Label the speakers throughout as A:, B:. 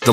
A: The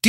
B: Do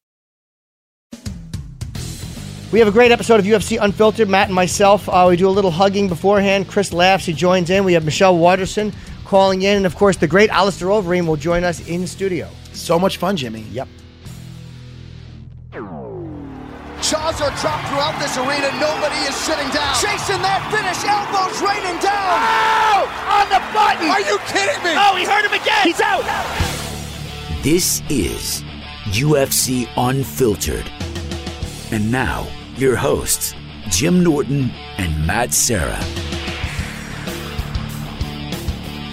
C: We have a great episode of UFC Unfiltered. Matt and myself, uh, we do a little hugging beforehand. Chris laughs, he joins in. We have Michelle Watterson calling in, and of course, the great Alistair Overeem will join us in studio.
D: So much fun, Jimmy.
C: Yep.
E: Jaws are dropped throughout this arena. Nobody is sitting down. Chasing that finish. Elbows raining down. Ow! On the button. Are you kidding me?
F: Oh, he hurt him again. He's out.
G: This is UFC Unfiltered. And now, your hosts, Jim Norton and Matt Sarah.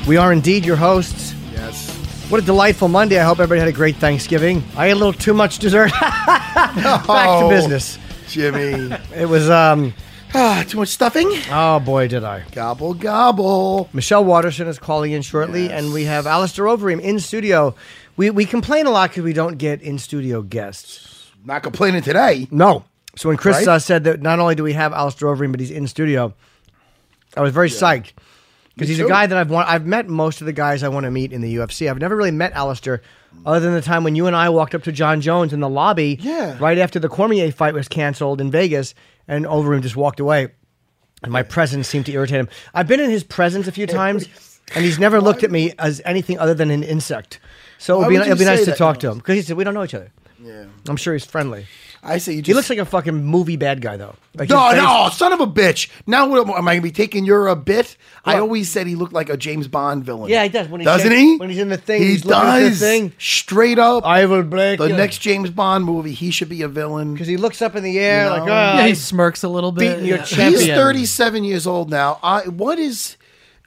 C: We are indeed your hosts.
D: Yes.
C: What a delightful Monday. I hope everybody had a great Thanksgiving. I ate a little too much dessert. Back to
D: Oh.
C: business.
D: Jimmy.
C: It was, um,
D: ah, too much stuffing?
C: oh boy, did I.
D: Gobble, gobble.
C: Michelle Watterson is calling in shortly, and we have Alistair Overeem in studio. We, we complain a lot because we don't get in studio guests.
D: Not complaining today.
C: No. So when Chris
D: Right?
C: uh, said that not only do we have Alistair Overeem, but he's in studio, I was very psyched because he's a
D: too.
C: guy that I've want, I've met most of the guys I want to meet in the UFC. I've never really met Alistair other than the time when you and I walked up to John Jones in the lobby
D: Yeah.
C: right after the Cormier fight was canceled in Vegas, and Overeem just walked away. And my presence seemed to irritate him. I've been in his presence a few times, and he's never looked at me as anything other than an insect. So it
D: Why
C: would be,
D: would you
C: it'd be nice
D: say
C: to
D: that,
C: talk to
D: Alex?
C: him because he said we don't know each other.
D: Yeah.
C: I'm sure he's friendly.
D: I say you just.
C: He looks like a fucking movie bad guy, though. Like
D: No,
C: his face-
D: no, son of a bitch. Now what am, am I going to be taking your a bit? I
C: What?
D: always said he looked like a James Bond villain.
C: Yeah, he does. When he's
D: Doesn't
C: in-
D: he?
C: when he's in the thing,
D: he
C: he's looking at the
D: does.
C: thing.
D: Straight up,
C: I will break
D: the
C: you.
D: next James Bond movie, he should be a villain.
C: because he looks up in the air
D: You
C: like,
D: know?
C: oh,
H: Yeah, he
C: he's
H: smirks a little bit.
C: beating your
H: Yeah.
C: champion.
D: He's 37 years old now. I what is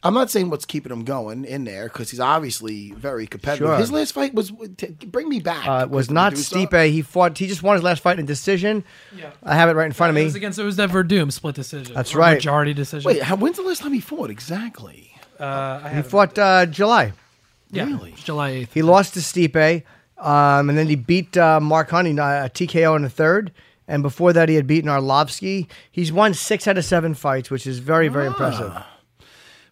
D: I'm not saying what's keeping him going in there because he's obviously very competitive.
C: Sure.
D: His last fight was t- bring me back.
C: uh, was not
D: Medusa.
C: Stipe. He fought. He just won his last fight in decision. I have it right in front
H: It
C: of
H: was
C: me.
H: against it was that Verdum split decision.
C: That's
H: or
C: right.
H: Majority decision.
D: Wait, how, when's the last time he fought exactly?
H: uh, I
C: He
H: have it.
C: fought uh, July.
H: yeah,
D: really?
H: July eighth.
C: He lost to Stipe, um, and then he beat uh, Mark Hunt uh, TKO in the third. And before that, he had beaten Arlovsky. He's won six out of seven fights, which is very, very impressive.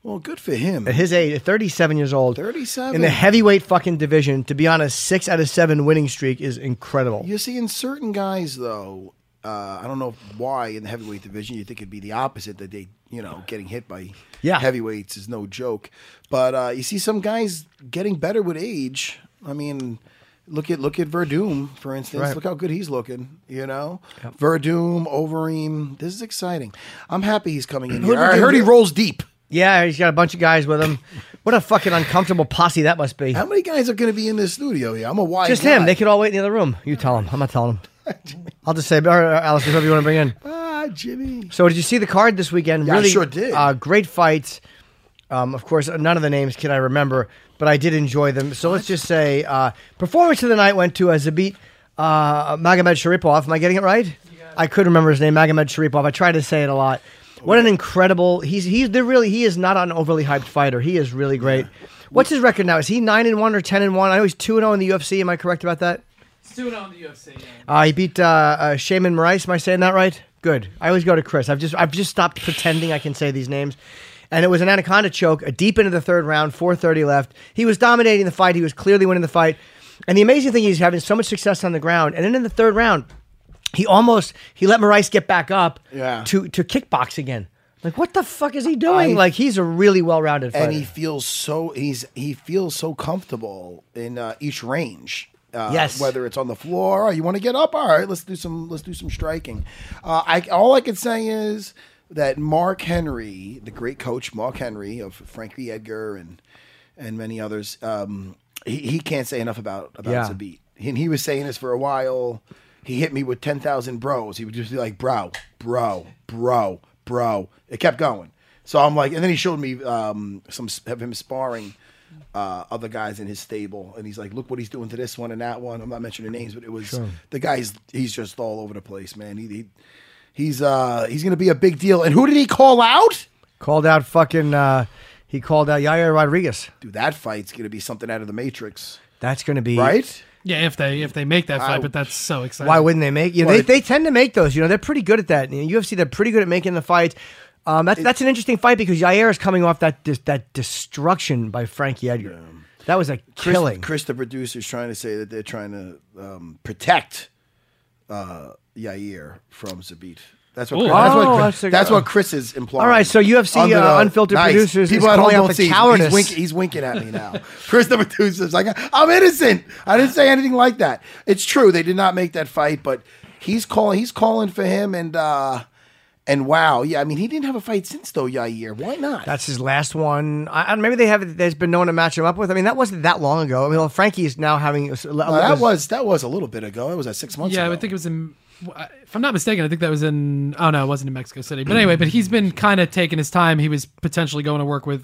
D: Well, good for him.
C: At his age, at 37 years old,
D: 37.
C: in the heavyweight fucking division, to be on a six out of seven winning streak is incredible.
D: You're seeing certain guys though. Uh, I don't know why in the heavyweight division you think it'd be the opposite that they, you know, getting hit by
C: Yeah.
D: heavyweights is no joke. But uh, you see some guys getting better with age. I mean, look at look at Verdum for instance.
C: Right.
D: Look how good he's looking. You know, Verdum, Overeem. This is exciting. I'm happy he's coming in. Here. I heard he rolls deep.
C: Yeah, he's got a bunch of guys with him. What a fucking uncomfortable posse that must be.
D: How many guys are going to be in this studio here? I'm a wise
C: Just
D: guy.
C: him. They could all wait in the other room. You tell him. I'm not telling him. I'll just say, all right, Alice, whoever you want to bring in.
D: ah, Jimmy.
C: So, did you see the card this weekend?
D: Yeah, I
C: really,
D: sure did.
C: Uh, great fights. Um, of course, none of the names can I remember, but I did enjoy them. So let's just say, uh, performance of the night went to Zabit uh, Magomed Sharipov. Am I getting it right? I could remember his name, Magomed Sharipov. I try to say it a lot. What an incredible! He's he's they're really he is not an overly hyped fighter. He is really great. What's his record now? Is he nine and one or ten and one? I know he's two and zero in the UFC. Am I correct about that?
H: It's two and on the UFC. Yeah.
C: Uh, he beat uh, uh, Shaman Rice. Am I saying that right? Good. I always go to Chris. I've just I've just stopped pretending I can say these names. And it was an anaconda choke, uh, deep into the third round, 4:30 left. He was dominating the fight. He was clearly winning the fight. And the amazing thing is he's having so much success on the ground. And then in the third round, he almost he let Morais get back up
D: Yeah.
C: to to kickbox again. Like what the fuck is he doing? like he's a really well-rounded fighter.
D: and he feels so he's he feels so comfortable in uh, each range. Uh,
C: Yes.
D: Whether it's on the floor, or you want to get up. All right, let's do some. Let's do some striking. Uh, I all I can say is that Mark Henry, the great coach Mark Henry of Frankie Edgar and and many others, um, he, he can't say enough about about
C: Yeah.
D: Zabit. And he was saying this for a while. He hit me with ten thousand bros. He would just be like, bro, bro, bro, bro. It kept going. So I'm like, and then he showed me um, some s- of him sparring uh, other guys in his stable, and he's like, "Look what he's doing to this one and that one." I'm not mentioning names, but it was the guy's. He's just all over the place, man. He, he he's uh he's gonna be a big deal. And who did he call out?
C: Called out fucking. Uh, he called out Yaya Rodriguez.
D: Dude, that fight's gonna be something out of the Matrix,
C: That's going to be
D: right?
H: Yeah, if they if they make that fight,
D: I-
H: but that's so exciting.
C: Why wouldn't they make? You know,
D: Well,
C: they,
D: it-
C: they tend to make those. You know, they're pretty good at that. In UFC, they're pretty good at making the fights. Um, that's that's an interesting fight because Yair is coming off that dis- that destruction by Frankie Edgar. That was a
D: Chris,
C: killing.
D: Chris, the producer's trying to say that they're trying to um, protect uh, Yair from Zabit. That's what,
H: Ooh.
D: Chris, that's,
C: Oh,
D: what
C: that's a-
D: that's what Chris is implying.
C: All right, so UFC,
D: Under
C: uh, Unfiltered Producers is
D: People at
C: calling
D: home
C: out
D: don't
C: the
D: see.
C: cowardice.
D: He's, winking, he's winking at me now. Chris, the producer's like, I'm innocent. I didn't say anything like that. It's true. They did not make that fight, but he's calling. He's calling for him, and uh, and wow, yeah. I mean, he didn't have a fight since though, Yair. Why not?
C: That's his last one. I, I, don't- maybe they have. There's been no one to match him up with. I mean, that wasn't that long ago. I mean, well, Frankie is now having.
D: Uh, that was that was a little bit ago. It was at six months.
H: Yeah,
D: ago.
H: I think it was in. uh, If I'm not mistaken, I think that was in. Oh no, it wasn't in Mexico City. But anyway, but he's been kind of taking his time. He was potentially going to work with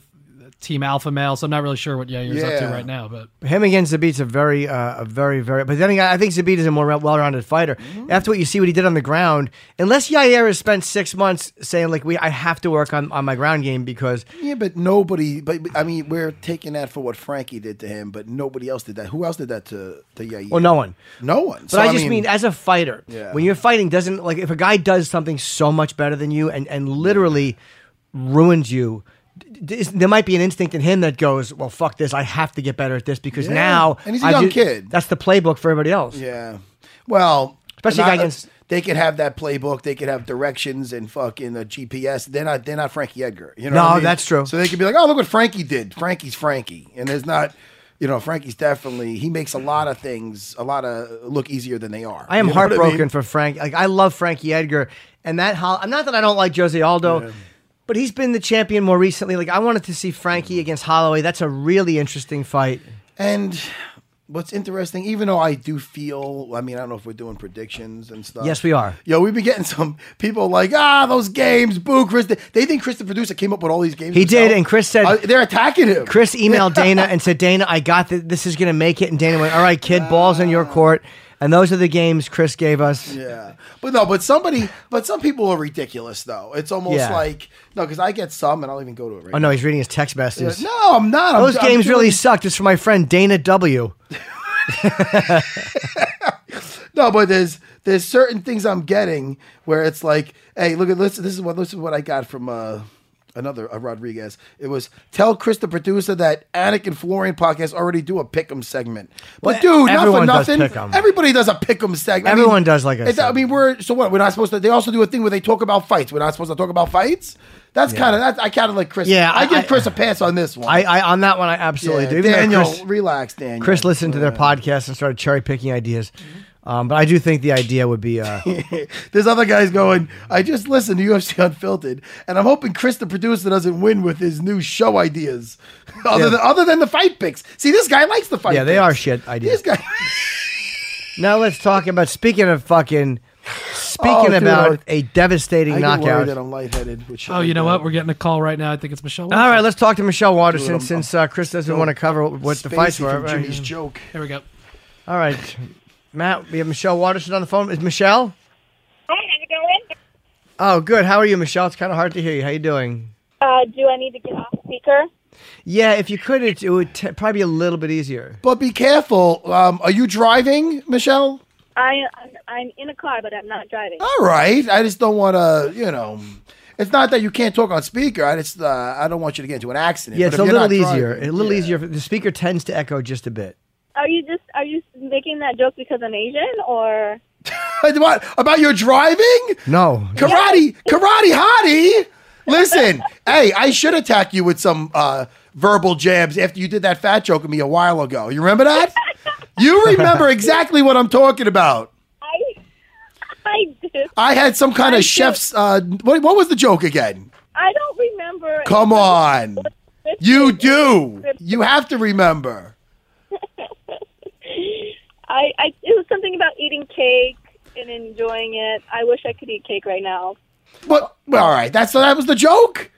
H: Team Alpha Male, so I'm not really sure what Yair's up to
D: Yeah.
H: right now. But
C: him against Zabit's a very, uh, a very, very. But then again, I think Zabit is a more well-rounded fighter.
D: Mm-hmm.
C: After what you see, what he did on the ground, unless Yair has spent six months saying like, "We, I have to work on, on my ground game because
D: Yeah, but nobody. But but, I mean, we're taking that for what Frankie did to him, but nobody else did that. Who else did that to to Yair?
C: Well, no one.
D: No one.
C: But I just mean, as a fighter,
D: Yeah.
C: when you're fighting, doesn't like if a guy does something so much better than you and and literally ruins you. d- d- is- There might be an instinct in him that goes, "Well, fuck this! I have to get better at this because
D: Yeah.
C: now."
D: And he's a
C: a
D: young kid.
C: That's the playbook for everybody else.
D: yeah. Well,
C: Especially
D: not-
C: against-
D: They could have that playbook. They could have directions and fucking a GPS. They're not. They're not Frankie Edgar. You know.
C: No,
D: what I mean?
C: that's true.
D: So they could be like, "Oh, look what Frankie did. Frankie's Frankie." And there's not. You know, Frankie's definitely. He makes a lot of things a lot of look easier than they are.
C: I am
D: You know what
C: heartbroken
D: mean?
C: for Frank. Like I love Frankie Edgar, and that hol- I'm not that I don't like Jose Aldo, but he's been the champion more recently. Like I wanted to see Frankie against Holloway. That's a really interesting fight.
D: And what's interesting, even though I do feel, I mean, I don't know if we're doing predictions and stuff.
C: Yes, we are.
D: Yo, we've been getting some people like, ah, those games, boo, Chris. They think Chris, the producer, came up with all these games.
C: He did,
D: himself.
C: and Chris said-
D: Uh, they're attacking him.
C: Chris emailed Dana and said, Dana, I got this. This is going to make it. And Dana went, All right, kid, ball's in your court. And those are the games Chris gave us.
D: Yeah, but no, but somebody, but some people are ridiculous though. It's almost
C: Yeah.
D: like no, because I get some, and I'll even go to it. Right
C: Oh, no, he's reading his text messages.
D: now. no, I'm not. I'm-
C: those
D: I'm
C: games
D: doing-
C: really sucked. It's for my friend Dana W.
D: No, but there's there's certain things I'm getting where it's like, hey, look at this. This is what this is what I got from uh, another uh, Rodriguez. It was tell Chris the producer that Anakin Florian podcast already do a pick'em segment. But dude, not for
C: everyone does
D: nothing.
C: pick 'em.
D: Everybody does a pick'em segment. I
C: Everyone does like a
D: it's- I mean, we're so what? We're not supposed to. They also do a thing where they talk about fights. We're not supposed to talk about fights. That's kind of that's I kind of like Chris.
C: Yeah,
D: I,
C: I-
D: give
C: I-
D: Chris a pass on this one.
C: I, I on that one, I absolutely
D: yeah,
C: do. Even though
D: Daniel,
C: Chris,
D: relax, Daniel.
C: Chris listened to their podcast and started cherry picking ideas. Um, but I do think the idea would be uh,
D: There's other guys going, I just listened to UFC Unfiltered, and I'm hoping Chris, the producer, doesn't win with his new show ideas. other,
C: Yeah.
D: than, other than the fight picks. See, this guy likes the fight
C: Yeah, they
D: picks.
C: are shit ideas.
D: This guy.
C: now let's talk about speaking of fucking
D: Oh,
C: speaking
D: dude,
C: about
D: I-
C: a devastating
D: I get worried that
C: knockout.
D: I'm lightheaded. Which
H: oh, you know what? We're getting a call right now. I think it's Michelle.
C: All right, let's talk to Michelle Watterson
D: I'm-
C: since uh, Chris doesn't want to cover what the fights were.
D: from Jimmy's joke.
H: Here we go.
C: All right, Matt, we have Michelle Watterson on the phone. Is Michelle?
F: Hi, how's it going?
C: Oh, good. How are you, Michelle? It's kind of hard to hear you. How you doing?
F: Uh, do I need to get off speaker?
C: Yeah, if you could, it, it would t- probably be a little bit easier.
D: But be careful. Um, are you driving, Michelle?
F: I, I'm, I'm in a car, but I'm not driving.
D: All right. I just don't want to, you know. It's not that you can't talk on speaker. I just uh, I don't want you to get into an accident.
C: Yeah, it's
D: But if
C: a
D: you're
C: little
D: not driving-
C: easier. A little
D: Yeah.
C: easier. The speaker tends to echo just a bit.
F: Are you just are you making that joke because I'm Asian, or
D: What, about your driving?
C: No.
D: Karate, karate hottie. Listen, hey, I should attack you with some uh, verbal jabs after you did that fat joke at me a while ago. You remember that? You remember exactly what I'm talking about.
F: I, I do.
D: I had some kind of chef's. Uh, what, what was the joke again?
F: I don't remember.
D: Come on. You do. You have to remember.
F: I, I. It was something about eating cake and enjoying it. I wish I could eat cake right now.
D: What? well, All right. That's that was the joke.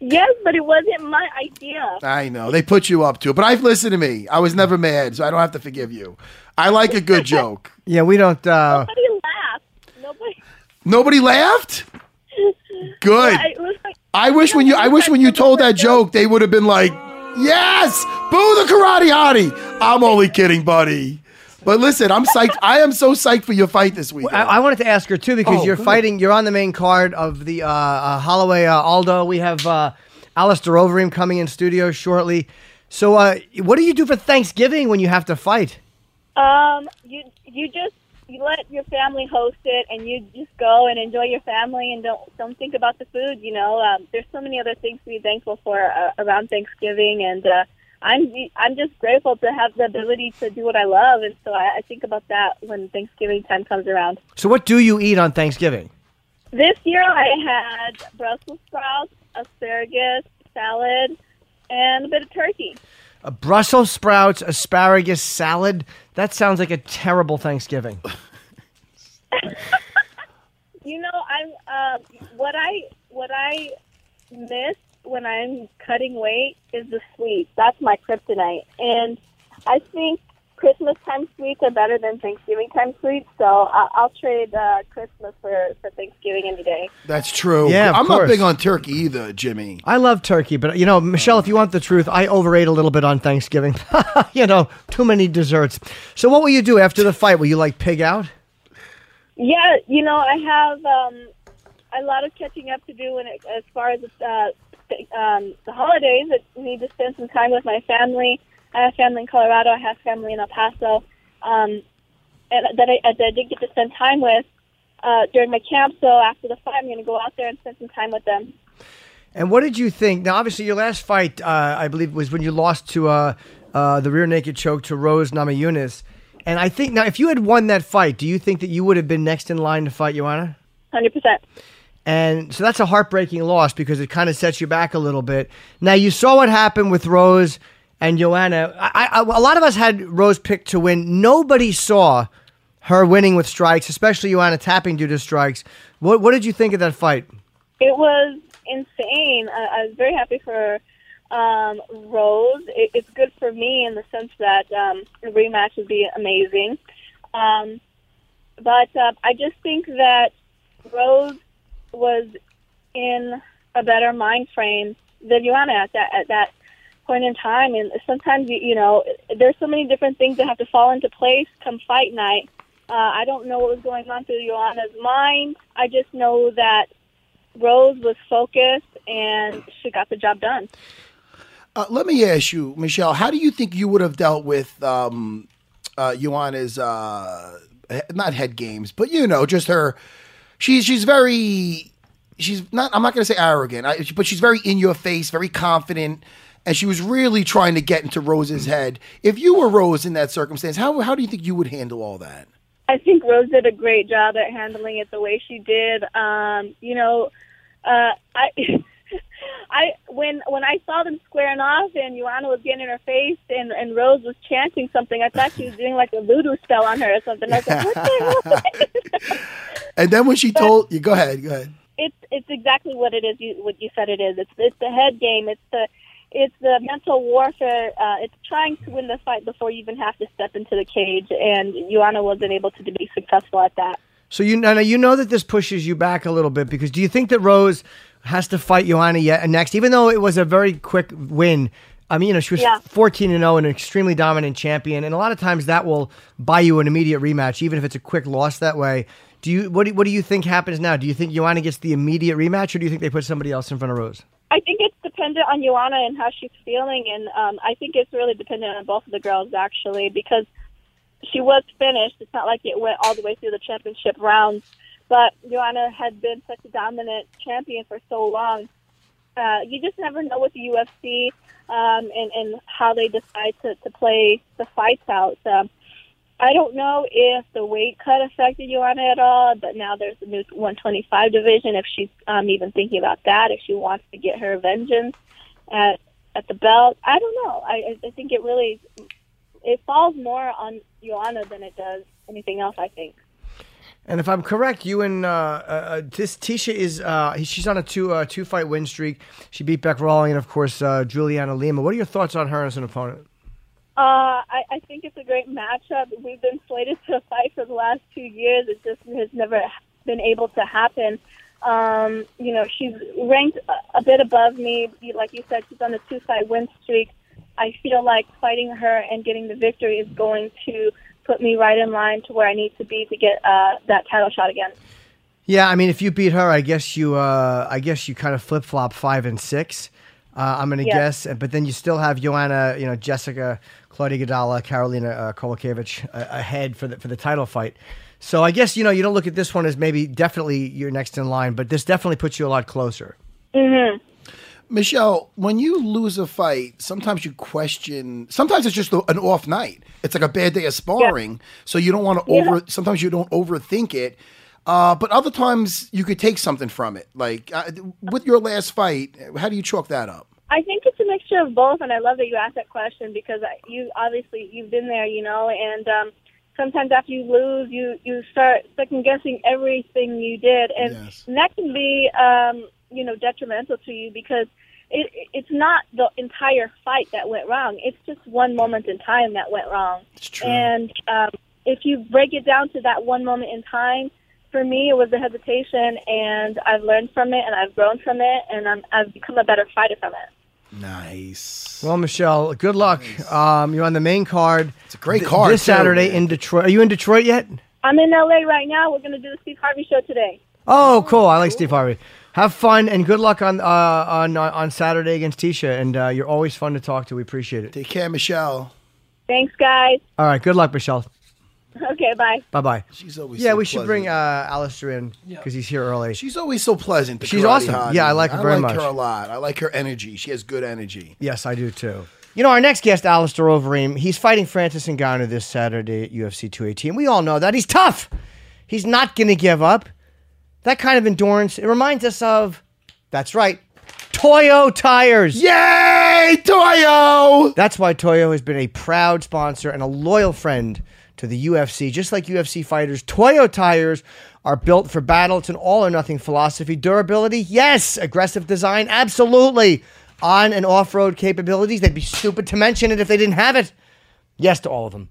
F: yes, but it wasn't my idea.
D: I know they put you up to it, but I've listened to me. I was never mad, so I don't have to forgive you. I like a good joke.
C: Yeah, we don't. Uh,
F: Nobody laughed. Nobody.
D: Nobody laughed. Good.
F: I, it was like,
D: I wish when you I wish when you told that joke, they would have been like, "Yes, boo the karate hottie." I'm only kidding, buddy. But listen, I'm psyched. I am so psyched for your fight this week.
C: I, I wanted to ask her too because
D: Oh,
C: you're
D: good.
C: fighting. You're on the main card of the uh, uh, Holloway uh, Aldo. We have uh, Alistair Overeem coming in studio shortly. So, uh, what do you do for Thanksgiving when you have to fight?
F: Um, you you just you let your family host it, and you just go and enjoy your family, and don't don't think about the food. You know, um, there's so many other things to be thankful for uh, around Thanksgiving, and uh, I'm I'm just grateful to have the ability to do what I love, and so I, I think about that when Thanksgiving time comes around.
C: So, what do you eat on Thanksgiving?
F: This year I had Brussels sprouts, asparagus, salad, and a bit of turkey.
C: A Brussels sprouts, asparagus salad. That sounds like a terrible Thanksgiving.
F: You know, I'm um, what I what I miss when I'm cutting weight is the sweets. That's my kryptonite, and I think Christmas time sweets are better than Thanksgiving time sweets. So I'll, I'll trade uh, Christmas for for Thanksgiving any day.
D: That's true.
C: Yeah, of
D: I'm not
C: course.
D: big on turkey either, Jimmy.
C: I love turkey, but you know, Michelle, if you want the truth, I overate a little bit on Thanksgiving. you know, too many desserts. So, what will you do after the fight? Will you like pig out?
F: Yeah, you know, I have um, a lot of catching up to do when it, as far as uh, th- um, the holidays. I need to spend some time with my family. I have family in Colorado. I have family in El Paso um, and that I, that I did get to spend time with uh, during my camp. So after the fight, I'm going to go out there and spend some time with them.
C: And what did you think? Now, obviously, your last fight, uh, I believe, was when you lost to uh, uh, the rear naked choke to Rose Namajunas. And I think now, if you had won that fight, do you think that you would have been next in line to fight Joanna?
F: Hundred percent.
C: And so that's a heartbreaking loss because it kind of sets you back a little bit. Now you saw what happened with Rose and Joanna. I, I, a lot of us had Rose picked to win. Nobody saw her winning with strikes, especially Joanna tapping due to strikes. What, what did you think of that fight?
F: It was insane. I, I was very happy for um, Rose. It, it's good for me in the sense that um, a rematch would be amazing. Um, but uh, I just think that Rose was in a better mind frame than Joanna at that at that point in time. And sometimes you, you know, there's so many different things that have to fall into place come fight night. Uh, I don't know what was going on through Joanna's mind. I just know that Rose was focused and she got the job done.
D: Uh, let me ask you, Michelle, how do you think you would have dealt with um, uh, Ioana's uh, he- not head games, but you know, just her? She's she's very she's not. I'm not going to say arrogant, I, but she's very in your face, very confident, and she was really trying to get into Rose's head. If you were Rose in that circumstance, how how do you think you would handle all that?
F: I think Rose did a great job at handling it the way she did. Um, you know, uh, I, I when when I saw them squaring off and Joanna was getting in her face and and Rose was chanting something, I thought she was doing like a voodoo spell on her or something. I was like, what the hell?
D: And then when she told you, go ahead, go ahead.
F: it's it's exactly what it is. You what you said it is. It's it's the head game. It's the it's the mental warfare. Uh, it's trying to win the fight before you even have to step into the cage. And Joanna wasn't able to be successful at that.
C: So you know, you know that this pushes you back a little bit because do you think that Rose has to fight Joanna yet next, even though it was a very quick win? I mean, you know, she was
F: Yeah.
C: 14 and 0 and an extremely dominant champion, and a lot of times that will buy you an immediate rematch, even if it's a quick loss that way. Do you what do, what do you think happens now? Do you think Joanna gets the immediate rematch, or do you think they put somebody else in front of Rose?
F: I think it's dependent on Joanna and how she's feeling, and um, I think it's really dependent on both of the girls actually because she was finished. It's not like it went all the way through the championship rounds, but Joanna had been such a dominant champion for so long uh, you just never know with the UFC um, and, and how they decide to, to play the fights out. Um, I don't know if the weight cut affected Joanna at all, but now there's the new 125 division. If she's um, even thinking about that, if she wants to get her vengeance at at the belt, I don't know. I, I- I think it really it falls more on Joanna than it does anything else. I think.
C: And if I'm correct, you and uh, uh, uh, this Tisha is uh, she's on a two uh, two fight win streak. She beat Beck Rawling and of course uh, Juliana Lima. What are your thoughts on her as an opponent?
F: Uh, I, I think it's a great matchup. We've been slated to fight for the last two years. It just has never been able to happen. Um, you know, she's ranked a, a bit above me. You- Like you said, she's on a two-fight win streak. I feel like fighting her and getting the victory is going to put me right in line to where I need to be to get uh, that title shot again.
C: Yeah, I mean, if you beat her, I guess you uh, I guess you kind of flip flop five and six. Uh, I'm gonna
F: Yeah.
C: guess, but then you still have Joanna, you know, Jessica, Claudia Gadala, Carolina uh, Kowalkiewicz uh, ahead for the for the title fight. So I guess you know you don't look at this one as maybe definitely you're next in line, but this definitely puts you a lot closer.
D: Michelle, when you lose a fight, sometimes you question. Sometimes it's just a- an off night. It's like a bad day of sparring, so you don't want to over. Sometimes you don't overthink it, uh, but other times you could take something from it. Like uh, with your last fight, how do you chalk that up?
F: I think it's a mixture of both, and I love that you asked that question because I- you obviously you've been there, you know. And um, sometimes after you lose, you you start second guessing everything you did, and,
D: Yes.
F: and that can be um, you know detrimental to you because it, it- it's not the entire fight that went wrong; it's just one moment in time that went wrong.
D: It's true.
F: And um, if you break it down to that one moment in time, for me, it was the hesitation, and I've learned from it, and I've grown from it, and I'm, I've become a better fighter from it.
D: Nice.
C: Well, Michelle, good luck. Um, you're on the main card. It's
D: a great card,
C: This
D: too,
C: Saturday
D: man.
C: in Detroit. Are you in Detroit yet?
F: I'm in LA right now. We're going to do the Steve Harvey show today.
C: Oh, cool. I like Steve Harvey. Have fun and good luck on uh, on on- on Saturday against Tisha. And uh, you're always fun to talk to. We appreciate it.
D: Take care, Michelle.
F: Thanks, guys.
C: All right. Good luck, Michelle.
F: Okay, bye.
C: Bye bye.
D: She's always
C: Yeah,
D: so
C: we should bring
D: pleasant.
C: uh, Alistair in because he's here early.
D: She's always so pleasant. the
C: She's
D: Karate
C: awesome.
D: Hottie.
C: Yeah, I like her very
D: I like
C: much.
D: her a lot. I like her energy. She has good energy.
C: Yes, I do too. You know, our next guest, Alistair Overeem, he's fighting Francis Ngannou this Saturday at UFC 218. We all know that. He's tough. He's not going to give up. That kind of endurance, it reminds us of, that's right, Toyo Tires.
D: Yay, Toyo!
C: That's why Toyo has been a proud sponsor and a loyal friend to the UFC. Just like UFC fighters, Toyo tires are built for battle. It's an all or nothing philosophy. Durability, yes. Aggressive design, absolutely. On and off road capabilities, they'd be stupid to mention it if they didn't have it. Yes to all of them.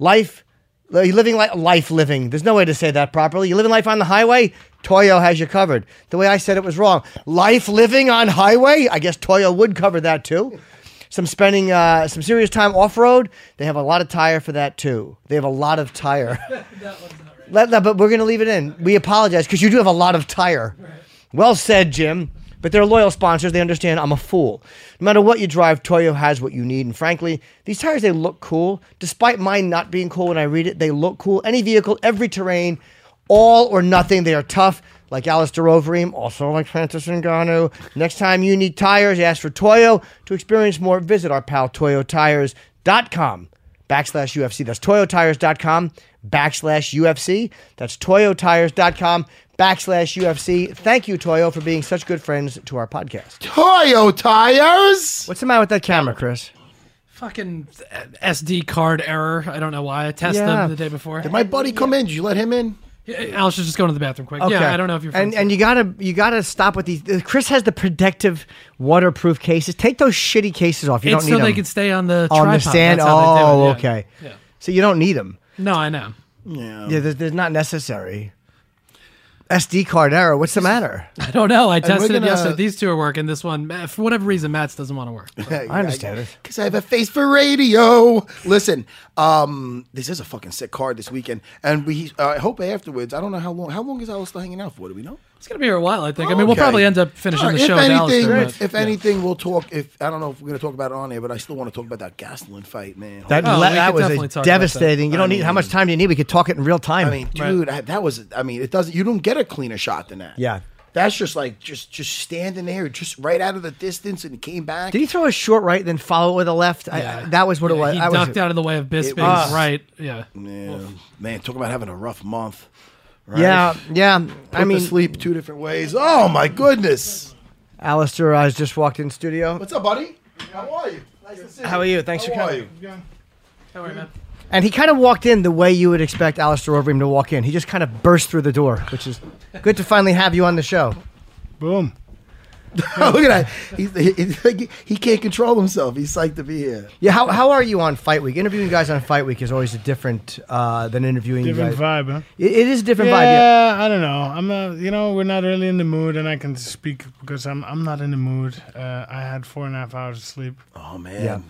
C: Life, li- living life, life living. There's no way to say that properly. You're living life on the highway. Toyo has you covered. The way I said it was wrong. Life living on highway. I guess Toyo would cover that too. Some spending uh, some serious time off road. They have a lot of tire for that too. They have a lot of tire. Let, let- but we're going to leave it in. We apologize because you do have a lot of tire. Well said, Jim. But they're loyal sponsors. They understand I'm a fool. No matter what you drive, Toyo has what you need. And frankly, these tires, they look cool. Despite mine not being cool when I read it, they look cool. Any vehicle, every terrain, all or nothing. They are tough, like Alistair Overeem, also like Francis Ngannou. Next time you need tires, ask for Toyo. To experience more, visit our pal toyotires.com backslash UFC. That's toyotires.com backslash UFC. That's toyotires.com backslash UFC. Thank you, Toyo, for being such good friends to our podcast.
D: Toyo Tires!
C: What's the matter with that camera, Chris?
H: Fucking SD card error. I don't know why. I tested
C: Yeah.
H: them the day before.
D: Did my buddy come in? Did you let him in?
H: Uh, Alice is just going to the bathroom quick. Yeah, I don't know if you're.
C: and
H: friends-
C: and you gotta you gotta stop with these. uh, Chris has the protective waterproof cases. Take those shitty cases off. You
H: it's
C: don't need
H: so
C: them.
H: they can stay on the
C: on
H: tripod.
C: the stand.
H: That's how they do it,
C: Oh,
H: yeah.
C: okay.
H: Yeah.
C: So you don't need them.
H: No, I know.
C: Yeah, there's, there's not necessary. SD card error. What's the matter?
H: I don't know. I tested
D: gonna-
H: it yesterday. These two are working. This one, Matt- for whatever reason, Matt's doesn't want to work.
C: I understand it.
D: Because I have a face for radio. Listen, um, this is a fucking sick card this weekend. And we, uh, I hope afterwards, I don't know how long, how long is Alistair hanging out for? Do we know?
H: It's gonna be here a while, I think. I
D: Oh,
H: mean, we'll
D: okay.
H: probably end up finishing
D: All right,
H: the show
D: if
H: with
D: anything,
H: Alistair. but-
D: If
H: yeah.
D: anything, we'll talk. If I don't know if we're going to talk about it on air, but I still want to talk about that Gastelin fight, man.
C: That, le-
H: Oh, we
C: that
H: could
C: was
H: definitely
C: a
H: talk about
C: devastating. You don't need how much time do you need? We could talk it in real time.
D: I mean, dude, I, that was. I mean, it doesn't. You don't get a cleaner shot than that.
C: yeah,
D: That's just like just just standing there, just right out of the distance, and came back.
C: Did he throw a short right, then follow it with a left? I, I, that was what it
H: Yeah,
C: was.
H: He
C: I was
H: ducked out of the way of Bisping.
D: was-
H: right. Yeah.
D: yeah, man, talk about having a rough month. Right?
C: Yeah, yeah. I
D: Put to
C: mean,
D: sleep two different ways. Oh my goodness!
C: Alistair uh, just walked in studio.
D: What's up, buddy? How are you? Nice to see you.
C: How are you? Thanks
D: How
C: for
D: are
C: coming.
D: you?
H: Don't worry, man.
C: And he kind of walked in the way you would expect Alistair Overeem to walk in. He just kind of burst through the door, which is good to finally have you on the show.
I: Boom.
D: Look at that. He's, he, he's like- he can't control himself. He's psyched to be here.
C: Yeah, how, how are you on Fight Week? Interviewing guys on Fight Week is always a different uh, than interviewing
I: Different
C: guys.
I: vibe, huh?
C: It, it is a different
I: yeah,
C: vibe. Yeah.
I: Uh, I don't know. I'm not. You know, we're not really in the mood, and I can speak because I'm. I'm not in the mood. Uh, I had four and a half hours of sleep.
D: Oh man.
C: Yeah.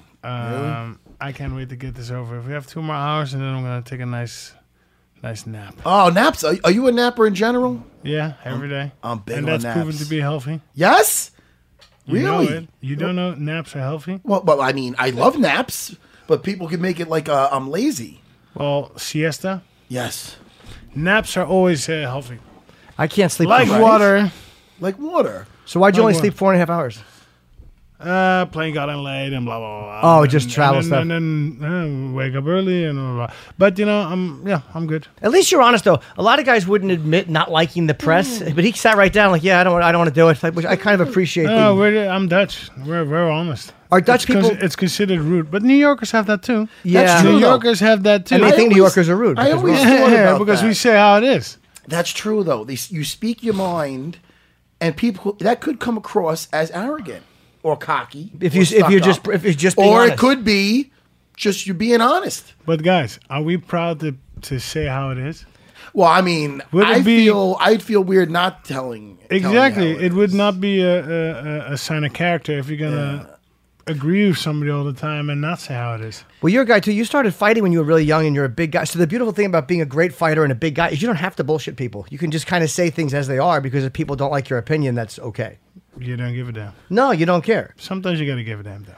I: Um, I can't wait to get this over. If we have two more hours, and then I'm gonna take a nice, nice nap.
D: Oh naps. Are, are you a napper in general?
I: Yeah, every day.
D: I'm big
I: and
D: on
I: that's proven
D: naps.
I: to be healthy.
D: Yes.
I: You know
D: really?
I: it. You don't know naps are healthy.
D: Well, well, I mean, I love naps, but people can make it like uh, I'm lazy.
I: Well, siesta.
D: Yes.
I: Naps are always uh, healthy.
C: I can't sleep.
I: Like
C: right.
I: water.
D: Like water.
C: So why'd you
I: Like
C: only
I: what?
C: sleep four and a half hours?
I: Oh, Uh, playing out and late and blah blah blah.
C: Oh,
I: and,
C: just
I: and
C: travel
I: then-
C: stuff.
I: And then uh, wake up early and blah, blah blah. But you know, I'm yeah, I'm good.
C: At least you're honest though. A lot of guys wouldn't admit not liking the press,
I: Mm.
C: but he sat right down like, yeah, I don't, want- I don't want to do it. Like, which I kind of appreciate.
I: No,
C: the-
I: we're, I'm Dutch. We're we're honest.
C: Are Dutch
I: it's cons-
C: people-
I: it's considered rude, but New Yorkers have that too.
C: Yeah.
I: New
D: true, though.
I: Yorkers have that too.
C: And they think New
D: always-
C: Yorkers are rude.
D: I
C: because
D: always
C: we're-
D: thought
I: yeah,
D: about
I: because we
D: that.
I: say how it is.
D: That's true, though. They, you speak your mind, and people that could come across as arrogant or cocky.
C: If
D: or
C: you- if
D: stuck
C: you're just-
D: up.
C: if you're just being
D: or
C: honest.
D: it could be just you being honest.
I: But guys, are we proud to to say how it is?
D: Well, I mean,
I: Would it
D: I
I: be-
D: feel I'd feel weird not telling. telling
I: Exactly.
D: how
I: It would
D: is.
I: not be a, a, a- a sign of character if you're gonna agree with somebody all the time and not say how it is.
C: Well, you're a guy too. You started fighting when you were really young, and you're a big guy. So the beautiful thing about being a great fighter and a big guy is you don't have to bullshit people. You can just kind of say things as they are because if people don't like your opinion, that's okay.
I: You don't give a damn.
C: No, you don't care.
I: Sometimes you gotta give a damn though.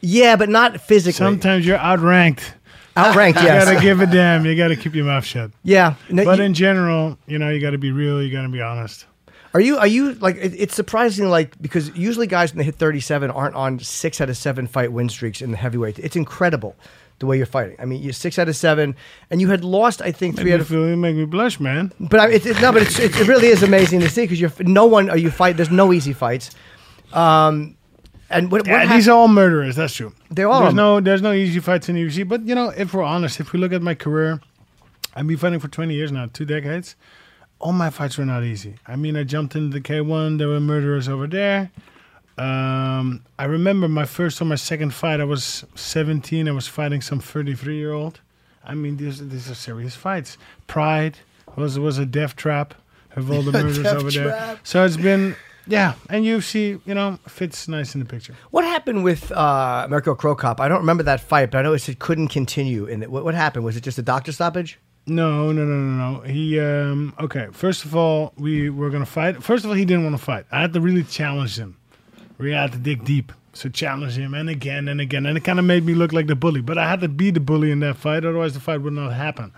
C: Yeah, but not physically.
I: Sometimes you're outranked.
C: Outranked,
I: You gotta
C: yes.
I: give a damn. You gotta keep your mouth shut.
C: yeah. No,
I: But
C: you-
I: in general, you know, you gotta be real. You gotta be honest.
C: are you are you like it, it's surprising like because usually guys when they hit 37 aren't on six out of seven fight win streaks in the heavyweight. It's incredible the way you're fighting. I mean, you're six out of seven, and you had lost I think three
I: You
C: out of.
I: feel you make me blush, man.
C: But I, it, it, no, but it's, it, it really is amazing to see because you're no one are you fight. There's no easy fights. Um, and what, what
I: Yeah,
C: hap-
I: these are all murderers. That's true.
C: They are.
I: There's no, there's no easy fights in the UFC. But you know, if we're honest, if we look at my career, I've been fighting for 20 years now, two decades. All my fights were not easy. I mean, I jumped into the K1. There were murderers over there. Um, I remember my first or my second fight. I was 17. I was fighting some 33 year old. I mean, these these are serious fights. Pride was was a death trap of all the murders
D: Death
I: over
D: trap.
I: there. So it's been. Yeah, and UFC, you know, fits nice in the picture.
C: what happened with uh, Mirko Krokop? I don't remember that fight, but I know it said couldn't continue. And what, what happened was it just a doctor stoppage?
I: No, no, no, no, no. He um okay. First of all, we were gonna fight. First of all, he didn't want to fight. I had to really challenge him. We had to dig deep. So challenge him and again and again. And it kind of made me look like the bully. But I had to be the bully in that fight, otherwise the fight would not happen.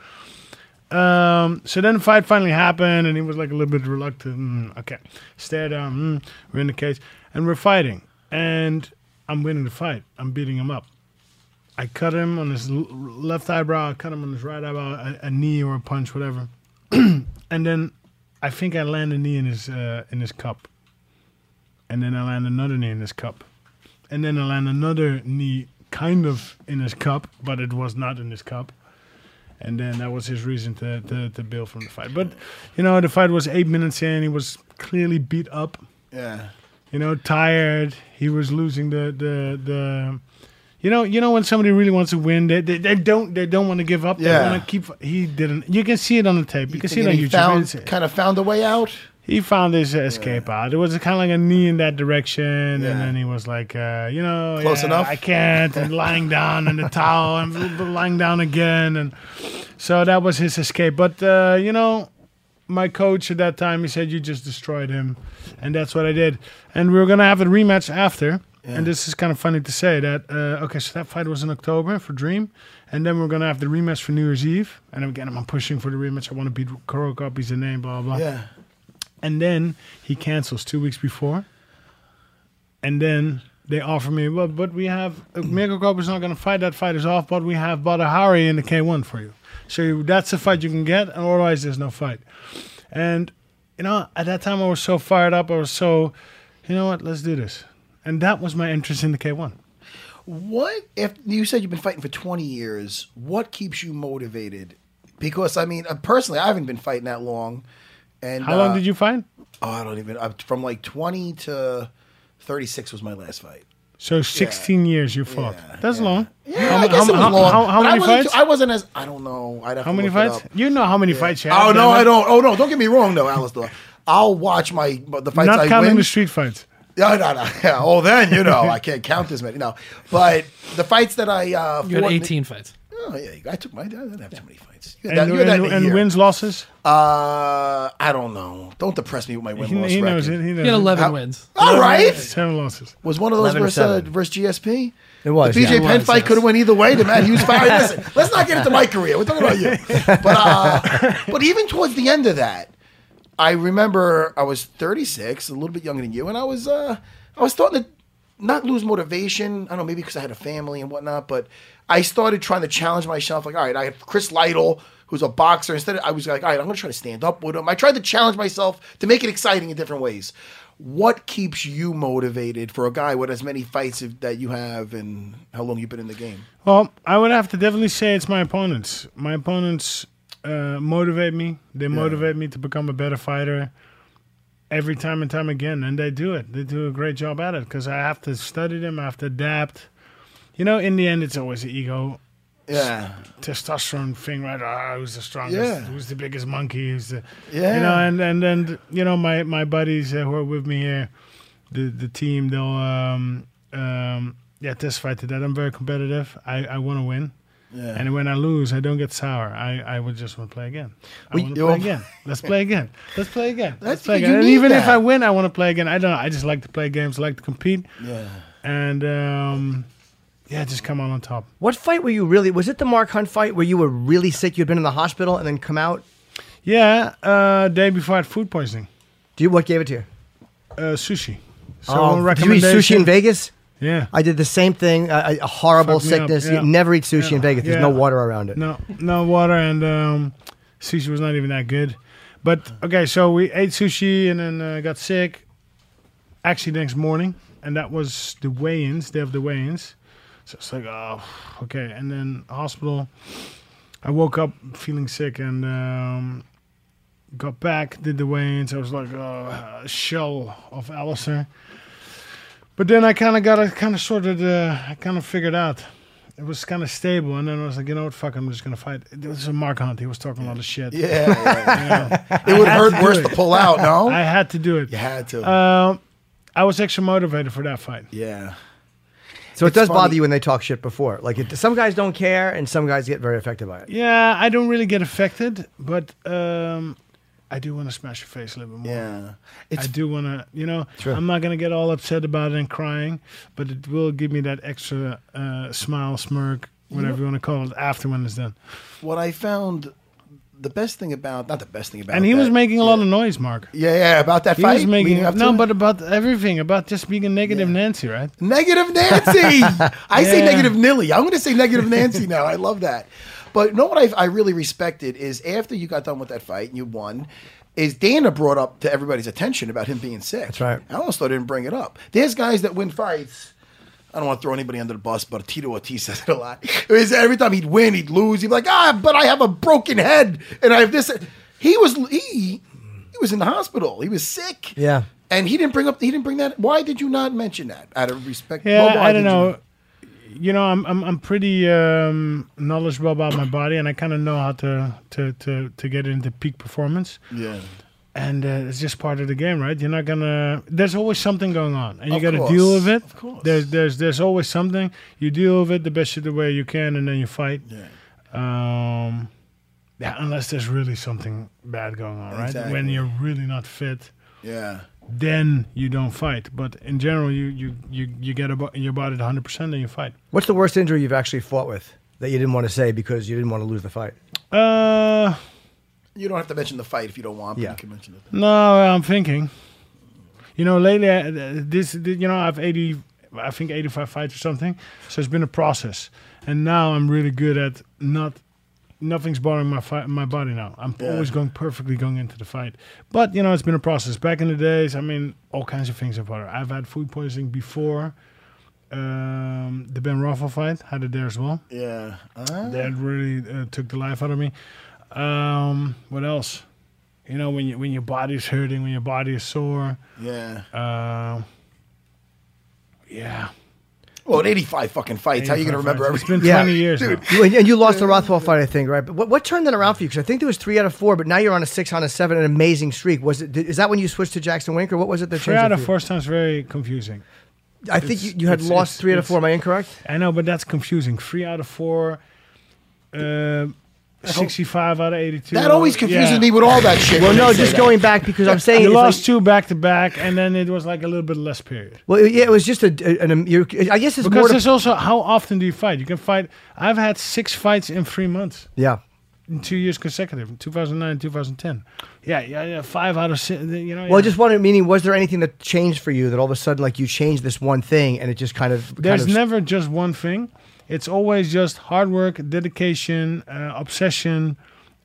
I: Um, so then the fight finally happened, and he was like a little bit reluctant. Mm, okay, stare down. Mm, we're in the cage, and we're fighting, and I'm winning the fight. I'm beating him up. I cut him on his l- left eyebrow. I cut him on his right eyebrow. A, a knee or a punch, whatever. and then I think I land a knee in his uh, in his cup. And then I land another knee in his cup. And then I land another knee kind of in his cup, but it was not in his cup. And then that was his reason to, to, to bail from the fight. But, you know, the fight was eight minutes in. He was clearly beat up
D: Yeah.
I: you know, tired. He was losing the the the. You know, you know when somebody really wants to win, they they, they don't they don't want to give up.
D: Yeah.
I: They want to keep. He didn't. You can see it on the tape. You, can see it on
D: Thinking he
I: YouTube.
D: found,
I: It's-
D: kind of found a way out.
I: he found his uh, escape out. It was kind of like a knee in that direction,
D: Yeah.
I: and then he was like, uh, you know,
D: Close
I: yeah,
D: enough?
I: I can't, and lying down in the towel, and bl- bl- lying down again, and so that was his escape. But uh, you know, my coach at that time, he said, you just destroyed him, and that's what I did. And we were gonna have a rematch after. And this is kind of funny to say that. Uh, okay, so that fight was in October for Dream, and then we're gonna have the rematch for New Year's Eve. And again, I'm pushing for the rematch. I want to beat Kurokop. He's the name. Blah blah.
D: Yeah.
I: and then he cancels two weeks before, and then they offer me, well, but we have uh, Mirko Cooper's not going to fight that fight is off, but we have Badahari in the K1 for you, so you, that's a fight you can get, and otherwise there's no fight. And you know, at that time I was so fired up, I was so, you know what, let's do this, and that was my interest in the K1.
D: What if you said you've been fighting for 20 years? What keeps you motivated? Because I mean, uh, personally, I haven't been fighting that long. And
I: How long did you fight?
D: Oh, I don't even. I'm from like 20 to 36 was my last fight.
I: So 16 years you fought. That's long.
D: Yeah,
I: how,
D: I guess
I: how-
D: it was
I: how-
D: long.
I: How, how
D: but I
I: many
D: wasn't,
I: fights?
D: I wasn't as. I don't know. I'd have
I: how
D: to
I: many
D: look it
I: fights?
D: up.
I: You know how many fights you have.
D: Oh no,
I: damn it.
D: I don't. Oh no, don't get me wrong though, Alistair. I'll watch my the fights
I: Not
D: I
I: counting
D: win.
I: the street fights.
D: No, no, no. Yeah. Oh, then you know I can't count as many. No, but the fights that I uh,
H: You had
D: fought-
H: 18 fights.
D: Oh yeah, I took my. I didn't have too many fights. You
I: And,
D: had that- you had that
I: and,
D: in a
I: and
D: year.
I: wins, losses.
D: Uh, I don't know. Don't depress me with my win
I: He,
D: loss
I: he knows it.
D: record.
I: He knows
H: You had
I: it.
H: 11
D: How-
H: wins.
D: All right.
I: Seven losses.
D: Was one of those
C: 11
D: versus, uh,
C: 7.
D: versus GSP?
C: It was,
D: The BJ
C: yeah.
H: It
D: Penn
H: was,
D: fight
H: yes.
D: could have went either way. The Matt Hughes fight. Listen, let's not get into my career. We're talking about you. But uh, but even towards the end of that, I remember I was 36, a little bit younger than you, and I was uh, I was starting to not lose motivation. I don't know, maybe because I had a family and whatnot, but I started trying to challenge myself. Like, all right, I have Chris Lytle, who's a boxer. Instead, I was like, all right, I'm going to try to stand up with him. I tried to challenge myself to make it exciting in different ways. What keeps you motivated for a guy with as many fights if, that you have and how long you've been in the game?
I: Well, I would have to definitely say it's my opponents. My opponents uh, motivate me. They motivate me to become a better fighter every time and time again, and they do it. They do a great job at it because I have to study them. I have to adapt. You know, in the end, it's always the ego
D: Yeah,
I: testosterone thing, right? Ah, who's the strongest?
D: Yeah.
I: Who's the biggest monkey? Who's the,
D: Yeah.
I: You know, and and and you know, my my buddies uh, who are with me here, the the team, they'll um um yeah testify to that. I'm very competitive. I I want to win.
D: Yeah.
I: And when I lose, I don't get sour. I, I would just want to play again. I
D: Well,
I: want to
D: you-
I: play again. Let's play again. Let's play again. Let's
D: That's-
I: play
D: you
I: again. And
D: need
I: even if
D: that.
I: I win, I want to play again. I don't. know. I just like to play games. Like to compete.
D: yeah.
I: And um, yeah, just come out on top.
C: What fight were you really? Was it the Mark Hunt fight where you were really sick? You'd been in the hospital and then come out.
I: Yeah. Uh, day before I had food poisoning.
C: Do you what gave it to you?
I: Uh, sushi. So
C: Oh, did you eat sushi in Vegas?
I: Yeah.
C: I did the same thing. A, a horrible
I: Fucked me up,
C: sickness.
I: yeah.
C: You never eat sushi in Vegas. There's no
I: Yeah.
C: water around it.
I: no, no water and um, sushi was not even that good. But okay, so we ate sushi and then uh, got sick. Actually, next morning, and that was the weigh-ins. They have the weigh-ins, so it's like, oh, okay. And then hospital. I woke up feeling sick and um, got back, did the weigh-ins. I was like, oh, a shell of Alistair. But then I kind of got, I kind of sorted, uh, I kind of figured out. It was kind of stable, and then I was like, you know what, fuck, I'm just gonna fight. It was a Mark Hunt. He was talking a lot of shit.
D: Yeah, yeah.
I: You know,
D: it would have
I: to
D: hurt
I: do
D: worse
I: it.
D: to pull out. No,
I: I had to do it.
D: you had to.
I: Um, I was extra motivated for that fight.
D: yeah.
C: So it
D: It's
C: does bother
D: funny.
C: you when they talk shit before. Like it, some guys don't care, and some guys get very affected by it.
I: Yeah, I don't really get affected, but um, I do want to smash your face a little bit more.
D: Yeah. It's
I: I do want to, you know, I'm not going to get all upset about it and crying, but it will give me that extra uh, smile, smirk, whatever you want to call it, after when it's done.
D: what I found the best thing about not the best thing about
I: And he was
D: that-
I: making a lot of noise, Mark.
D: yeah yeah about that
I: He
D: fight
I: was making
D: leading up
I: no,
D: to
I: but
D: it.
I: about everything, about just being a negative Nancy, right?
D: negative Nancy I say
I: Yeah.
D: negative Nilly I'm gonna say negative Nancy now I love that but you know what I, I really respected is after you got done with that fight and you won is Dana brought up to everybody's attention about him being sick that's
C: right.
D: Alistair didn't bring it up there's guys that win fights I don't want to throw anybody under the bus, but Tito Ortiz says it a lot. It was every time he'd win, he'd lose. He'd be like, ah, but I have a broken head and I have this. He was he, he was in the hospital. He was sick.
C: Yeah.
D: And he didn't bring up he didn't bring that. Why did you not mention that? Out of respect.
I: Yeah,
D: Well, why
I: I don't
D: did you-
I: know. You? know, I'm I'm I'm pretty um, knowledgeable about my body, and I kind of know how to to to to get into peak performance.
D: Yeah.
I: and uh, it's just part of the game, right? You're not gonna. There's always something going on, and you
D: Of
I: got to
D: course,
I: deal with it.
D: of course.
I: There's there's there's always something. You deal with it the best of the way you can, and then you fight.
D: Yeah.
I: Um, yeah, unless there's really something bad going on, right? When
D: Exactly.
I: you're really not fit,
D: Yeah.
I: then you don't fight. But in general, you you you you get about your body to 100 percent, and you fight.
C: What's the worst injury you've actually fought with that you didn't want to say because you didn't want to lose the fight?
I: Uh,
D: You don't have to mention the fight if you don't want. But
C: Yeah.
D: you can mention it.
I: No, uh, I'm thinking. You know, lately, uh, this, th- you know, I have 80, I think 85 fights or something. So it's been a process. And now I'm really good at not, nothing's bothering my fi- my body now. I'm always going perfectly going into the fight. But, you know, it's been a process. Back in the days, I mean, all kinds of things have bothered. I've had food poisoning before. Um, the Ben Raffle fight, had it there as well.
D: Yeah. Uh-huh. Huh?
I: That really uh, took the life out of me. Um, what else? You know, when you, when your body's hurting, when your body is sore.
D: Yeah.
I: Um yeah.
D: well, in 85 fucking fights, how you going to remember
I: It's
D: everything?
I: been 20 years now.
C: You, and, and you lost the Rothwell fight, I think, right? But what, what turned that around for you? Because I think there was three out of four, but now you're on a six, on a seven, an amazing streak. Was it? Did, is that when you switched to Jackson Wink, or what was it that
I: Three
C: changed? it
I: out of
C: for you?
I: four sounds very confusing.
C: I think you,
I: It's-
C: you had
I: it's-
C: lost
I: it's-
C: three out of
I: it's-
C: four. Am I incorrect?
I: I know, but that's confusing. Three out of four, um, 65 out of 82.
D: That always confuses
I: Yeah.
D: me with all that shit.
C: Well,
D: when
C: no,
D: they say
C: just
D: that.
C: going back because I'm saying
I: You
C: it's like-
I: lost two back to back, and then it was like a little bit less period.
C: well, yeah, it was just a. An, an, you I guess it's more.
I: Because
C: to-
I: there's also how often do you fight? You can fight. I've had six fights in three months.
C: yeah,
I: in two years consecutive, 2009, 2010. Yeah, yeah, yeah. Five out of six. You know.
C: Well, I
I: yeah.
C: just wondered, meaning, was there anything that changed for you that all of a sudden, like, you changed this one thing and it just kind of. kind
I: there's
C: of-
I: never just one thing. It's always just hard work, dedication, uh, obsession,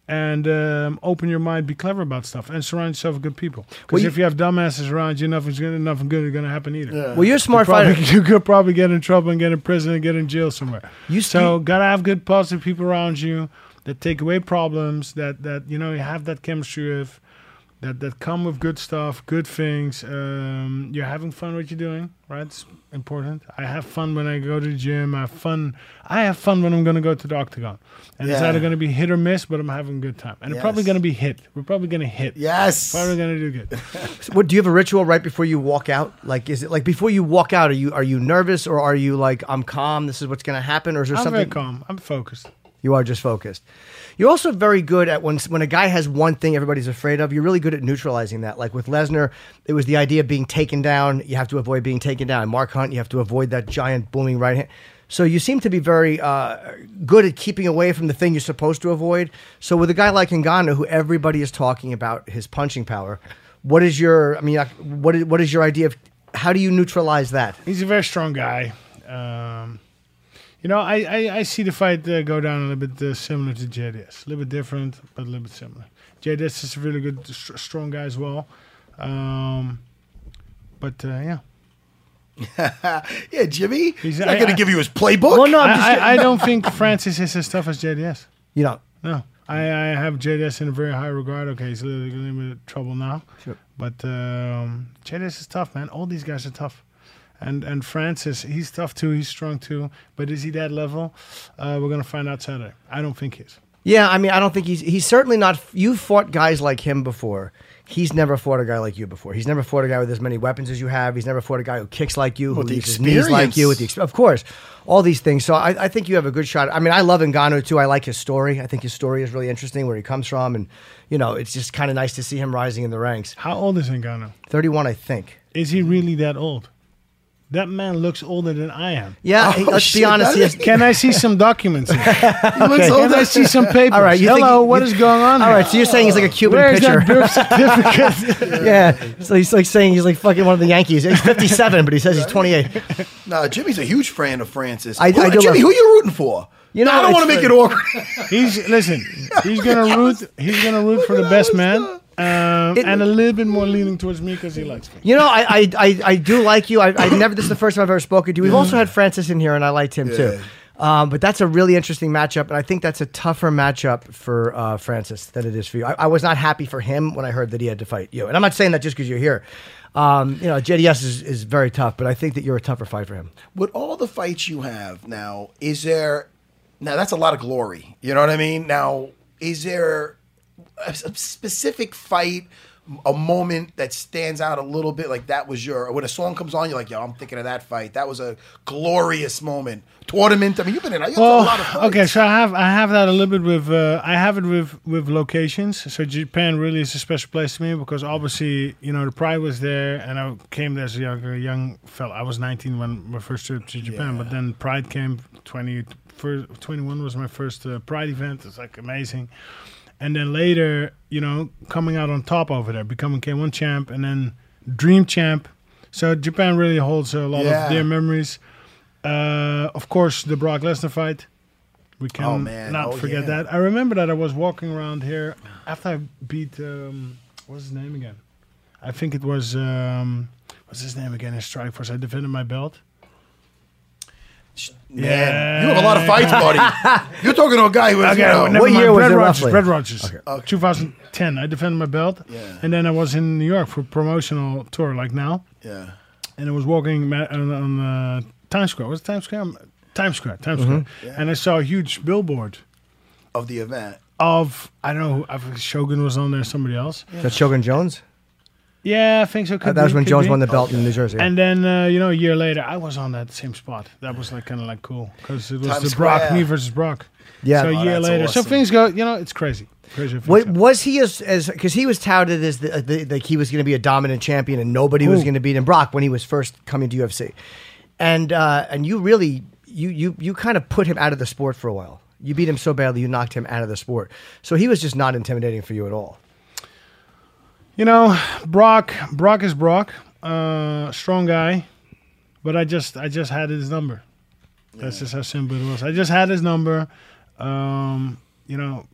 I: and um, open your mind, be clever about stuff, and surround yourself with good people. Because
C: Well, you-
I: if you have dumbasses around you, nothing's gonna, nothing good is going to happen either.
C: Well, you're a
I: You
C: smart
I: probably-
C: fighter.
I: you could probably get in trouble and get in prison and get in jail somewhere.
C: You
I: so
C: speak-
I: gotta have good positive people around you that take away problems that that you know you have that chemistry with that that come with good stuff, good things. Um, you're having fun what you're doing, right? It's important. I have fun when I go to the gym. I have fun. I have fun when I'm gonna go to the octagon, and it's
D: Yeah.
I: either gonna be hit or miss, but I'm having a good time, and it's probably
D: Yes.
I: gonna be hit. We're probably gonna hit.
D: Yes.
I: Probably gonna do good.
C: What do you have a ritual right before you walk out? Like, is it like before you walk out? Are you are you nervous or are you like I'm calm? This is what's going to happen, or is there
I: I'm
C: something
I: very calm. I'm focused.
C: you are just focused? You're also very good at when when a guy has one thing everybody's afraid of. You're really good at neutralizing that. Like with Lesnar, it was the idea of being taken down. You have to avoid being taken down. Mark Hunt, you have to avoid that giant booming right hand. So you seem to be very uh, good at keeping away from the thing you're supposed to avoid. So with a guy like Ngannou, who everybody is talking about his punching power, what is your? I mean, like, what is what is your idea of? How do you neutralize that?
I: He's a very strong guy. Um, you know, I, I, I see the fight uh, go down a little bit uh, similar to JDS. A little bit different, but a little bit similar. JDS is a really good, str strong guy as well. Um, but uh, yeah.
D: Yeah, Jimmy. He's
I: He's-
D: not
I: I-
D: going to
I: I-
D: give you his playbook.
C: Well, no, I'm just,
I: I, I, I don't think Francis is as tough as JDS.
C: you know,
I: No. I, I have JDS in a very high regard. Okay, he's a little, a little bit of trouble now.
C: Sure.
I: But um, JDS is tough, man. All these guys are tough. And and Francis, he's tough too. He's strong too. But is he that level? Uh, we're going to find out Saturday. I don't think he is.
C: Yeah, I mean, I don't think he's he's certainly not. You fought guys like him before. He's never fought a guy like you before. He's never fought a guy with as many weapons as you have. He's never fought a guy who kicks like you, who
D: With the
C: leaves his knees like you. With the exp- of course, all these things. So I, I think you have a good shot. I mean, I love Ngannou too. I like his story. I think his story is really interesting, where he comes from, and you know, it's just kind of nice to see him rising in the ranks.
I: How old is Ngannou?
C: Thirty-one, I think.
I: Is he really that old? That man looks older than I am.
C: Yeah,
D: Oh,
C: let's
D: shit,
C: be honest. He
D: that
C: has,
I: Can I see some documents? here?
D: He looks
I: Can
D: older.
I: I see some papers?
C: all right, you think
I: Hello,
C: he-
I: what
C: you-
I: is going on?
C: All
I: here?
C: right, so you're saying he's like a Cuban
I: Where is
C: pitcher.
I: that birth certificate?
C: yeah, so he's like saying he's like fucking one of the Yankees. He's fifty-seven, but he says he's twenty-eight.
D: No, Jimmy's a huge fan of Francis.
C: I-
D: who,
C: I do
D: Jimmy,
C: love-
D: who you rooting for?
C: You know,
D: I don't
C: it's
D: want to make it
C: like-
D: awkward.
I: he's listen. He's gonna root. He's gonna root for the best man, um, and a little bit more leaning towards me because he likes me.
C: You know, I I, I, I do like you. I, I never. This is the first time I've ever spoken to you. We've also had Francis in here, and I liked him too. Um, but that's a really interesting matchup, and I think that's a tougher matchup for uh, Francis than it is for you. I, I was not happy for him when I heard that he had to fight you, and I'm not saying that just because you're here. Um, you know, JDS is, is very tough, but I think that you're a tougher fight for him.
D: with all the fights you have now, is there now that's a lot of glory. You know what I mean? Now, is there a, s- a specific fight, a moment that stands out a little bit? Like that was your when a song comes on, you're like, yo, I'm thinking of that fight. That was a glorious moment. Tournament. I mean, you've been in you've done a lot
I: Well,
D: of fights.
I: Oh, okay, so I have I have that a little bit with uh, I have it with with locations. So Japan really is a special place to me because obviously you know the pride was there, and I came there as a young, a young fella. I was 19 when my first trip to Japan, but then pride came. 20, first, 21 was my first uh, pride event. It's like amazing. and then later, you know, coming out on top over there, becoming K1 champ, and then Dream champ. So Japan really holds a lot
D: Yeah.
I: of dear memories. Uh, of course, the Brock Lesnar fight. We can
D: Oh, man.
I: not
D: Oh,
I: forget
D: yeah.
I: that. I remember that I was walking around here after I beat um, what's his name again? I think it was um, what's his name again in Strikeforce. I defended my belt.
D: Man, you have a lot of fights, buddy. You're talking to a guy who has.
I: Okay,
D: you know,
I: never
C: What
I: mind.
C: year was
I: Brad
C: it
I: Rogers,
C: roughly?
I: Brad Rogers. 2010. I defended my belt,
D: Yeah.
I: and then I was in New York for promotional tour, like now,
D: yeah.
I: and I was walking ma- on, on uh, Times Square. Was it Times Square? Times Square. Times Square. And I saw a huge billboard
D: Of the event.
I: of I don't know. who- I think Shogun was on there. Somebody else.
C: Is that Shogun Jones?
I: Yeah, I think so. Could
C: Uh, that was
I: be,
C: when
I: could
C: Jones
I: be.
C: won the belt in New Jersey.
I: And then uh, you know, a year later, I was on that same spot. That was like kind of like cool because it was
D: Times
I: the Brock
D: Square.
I: me versus Brock.
C: Yeah.
I: So
C: Oh,
I: a year
D: that's
I: later, so
D: awesome.
I: things go. You know, it's crazy. Crazy. things
C: Wa-
I: happen.
C: was he as as because he was touted as the, the like he was going to be a dominant champion and nobody was
I: Who?
C: going to beat him Brock when he was first coming to UFC, and uh, and you really you you you kind of put him out of the sport for a while. You beat him so badly, you knocked him out of the sport. So he was just not intimidating for you at all.
I: You know, Brock. Brock is Brock. Uh, strong guy, but I just I just had his number. That's just how simple it was. I just had his number. Um, you know,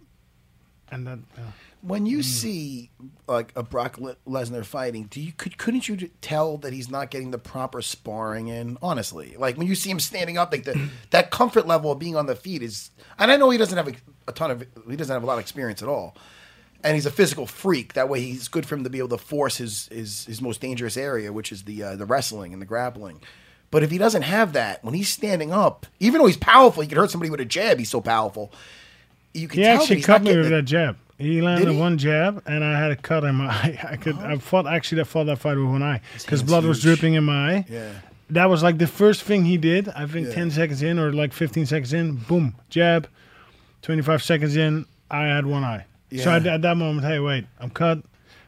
I: and that. You know.
D: When
I: Mm.
D: you see like a Brock Le- Lesnar fighting, do you could couldn't you tell that he's not getting the proper sparring in? Honestly, like when you see him standing up, like the, that comfort level of being on the feet is. And I know he doesn't have a, a ton of he doesn't have a lot of experience at all, and he's a physical freak. That way, he's good for him to be able to force his his, his most dangerous area, which is the uh, the wrestling and the grappling. But if he doesn't have that when he's standing up, even though he's powerful, he could hurt somebody with a jab. He's so powerful. You can
I: He
D: tell that
I: actually
D: he's
I: cut
D: not
I: me
D: getting
I: with
D: the-
I: that jab. He landed
D: he?
I: one jab, and I had a cut in my eye. I could. I fought actually. I fought that fight with one eye because
D: hand's
I: blood was
D: huge.
I: dripping in my eye.
D: Yeah.
I: That was like the first thing he did. I think
D: Yeah.
I: ten seconds in, or like fifteen seconds in, boom, jab. Twenty-five seconds in, I had one eye. So
D: Yeah.
I: at, at that moment, hey, wait, I'm cut.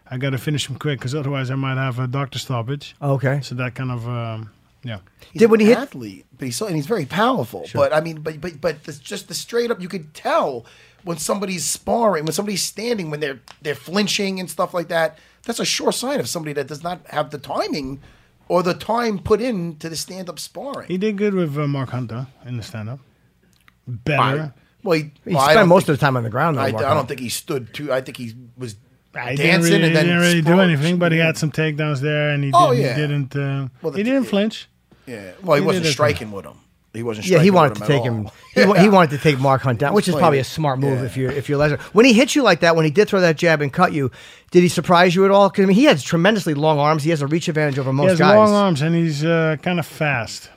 I: I got to finish him quick because otherwise I might have a doctor stoppage.
D: Oh.
C: Okay.
I: So that kind of, um, yeah.
D: He's
C: Did- when
D: an
C: he hit-
D: athlete, but he's so and he's very powerful. But I mean, but but but the, just the straight up, you could tell when somebody's sparring, when somebody's standing, when they're they're flinching and stuff like that. That's a sure sign of somebody that does not have the timing or the time put in to the stand up sparring.
I: He did good with uh, Mark Hunter in the stand-up.
D: I-
I: Better.
D: well, he,
C: He
D: well, I
C: spent
D: don't
C: most
D: think-
C: of the time on the ground. though,
D: I, I
C: Mark
D: don't
C: Hunt.
D: think he stood too. I think he was
I: I
D: dancing
I: didn't really,
D: and then
I: didn't really do
D: spar-
I: anything, but he had some takedowns there, and he,
D: Oh,
I: didn't,
D: yeah.
I: he didn't. Uh,
D: Well, the-
I: he didn't flinch.
D: Yeah, well, he,
I: He
D: wasn't
I: did it.
D: striking with him. He wasn't.
C: Yeah, he
D: striking with
C: wanted to
D: at
C: take
D: all.
C: him. He, wa- he wanted to take Mark Hunt down, which is
D: playing
C: probably
D: it.
C: a smart move
D: Yeah.
C: if you're if you're Lesnar. When he hit you like that, when he did throw that jab and cut you, did he surprise you at all? Because I mean, he has tremendously long arms. He has a reach advantage over
I: He
C: most
I: has
C: guys.
I: long arms, and he's uh, kind of fast.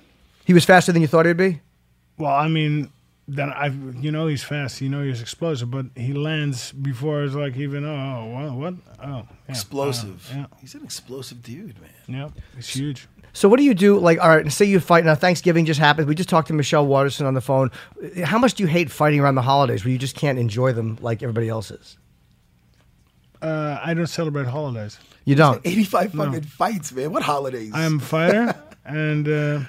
C: He was faster than you thought he'd be.
I: Well, I mean, then I, you know, he's fast. You know, he's explosive, but he lands before it's like even. Oh, what? what? Oh, yeah.
D: Explosive.
I: Uh, yeah,
D: He's an explosive dude, man.
I: yeah, it's huge.
C: So what do you do? Like, all right, say you fight now. Thanksgiving just happened. We just talked to Michelle Watterson on the phone. Uh, How much do you hate fighting around the holidays where you just can't enjoy them like everybody else is?
I: Uh, I don't celebrate holidays.
C: You don't.
D: 85 fucking fights, man. What holidays?
I: I am a fighter, and uh,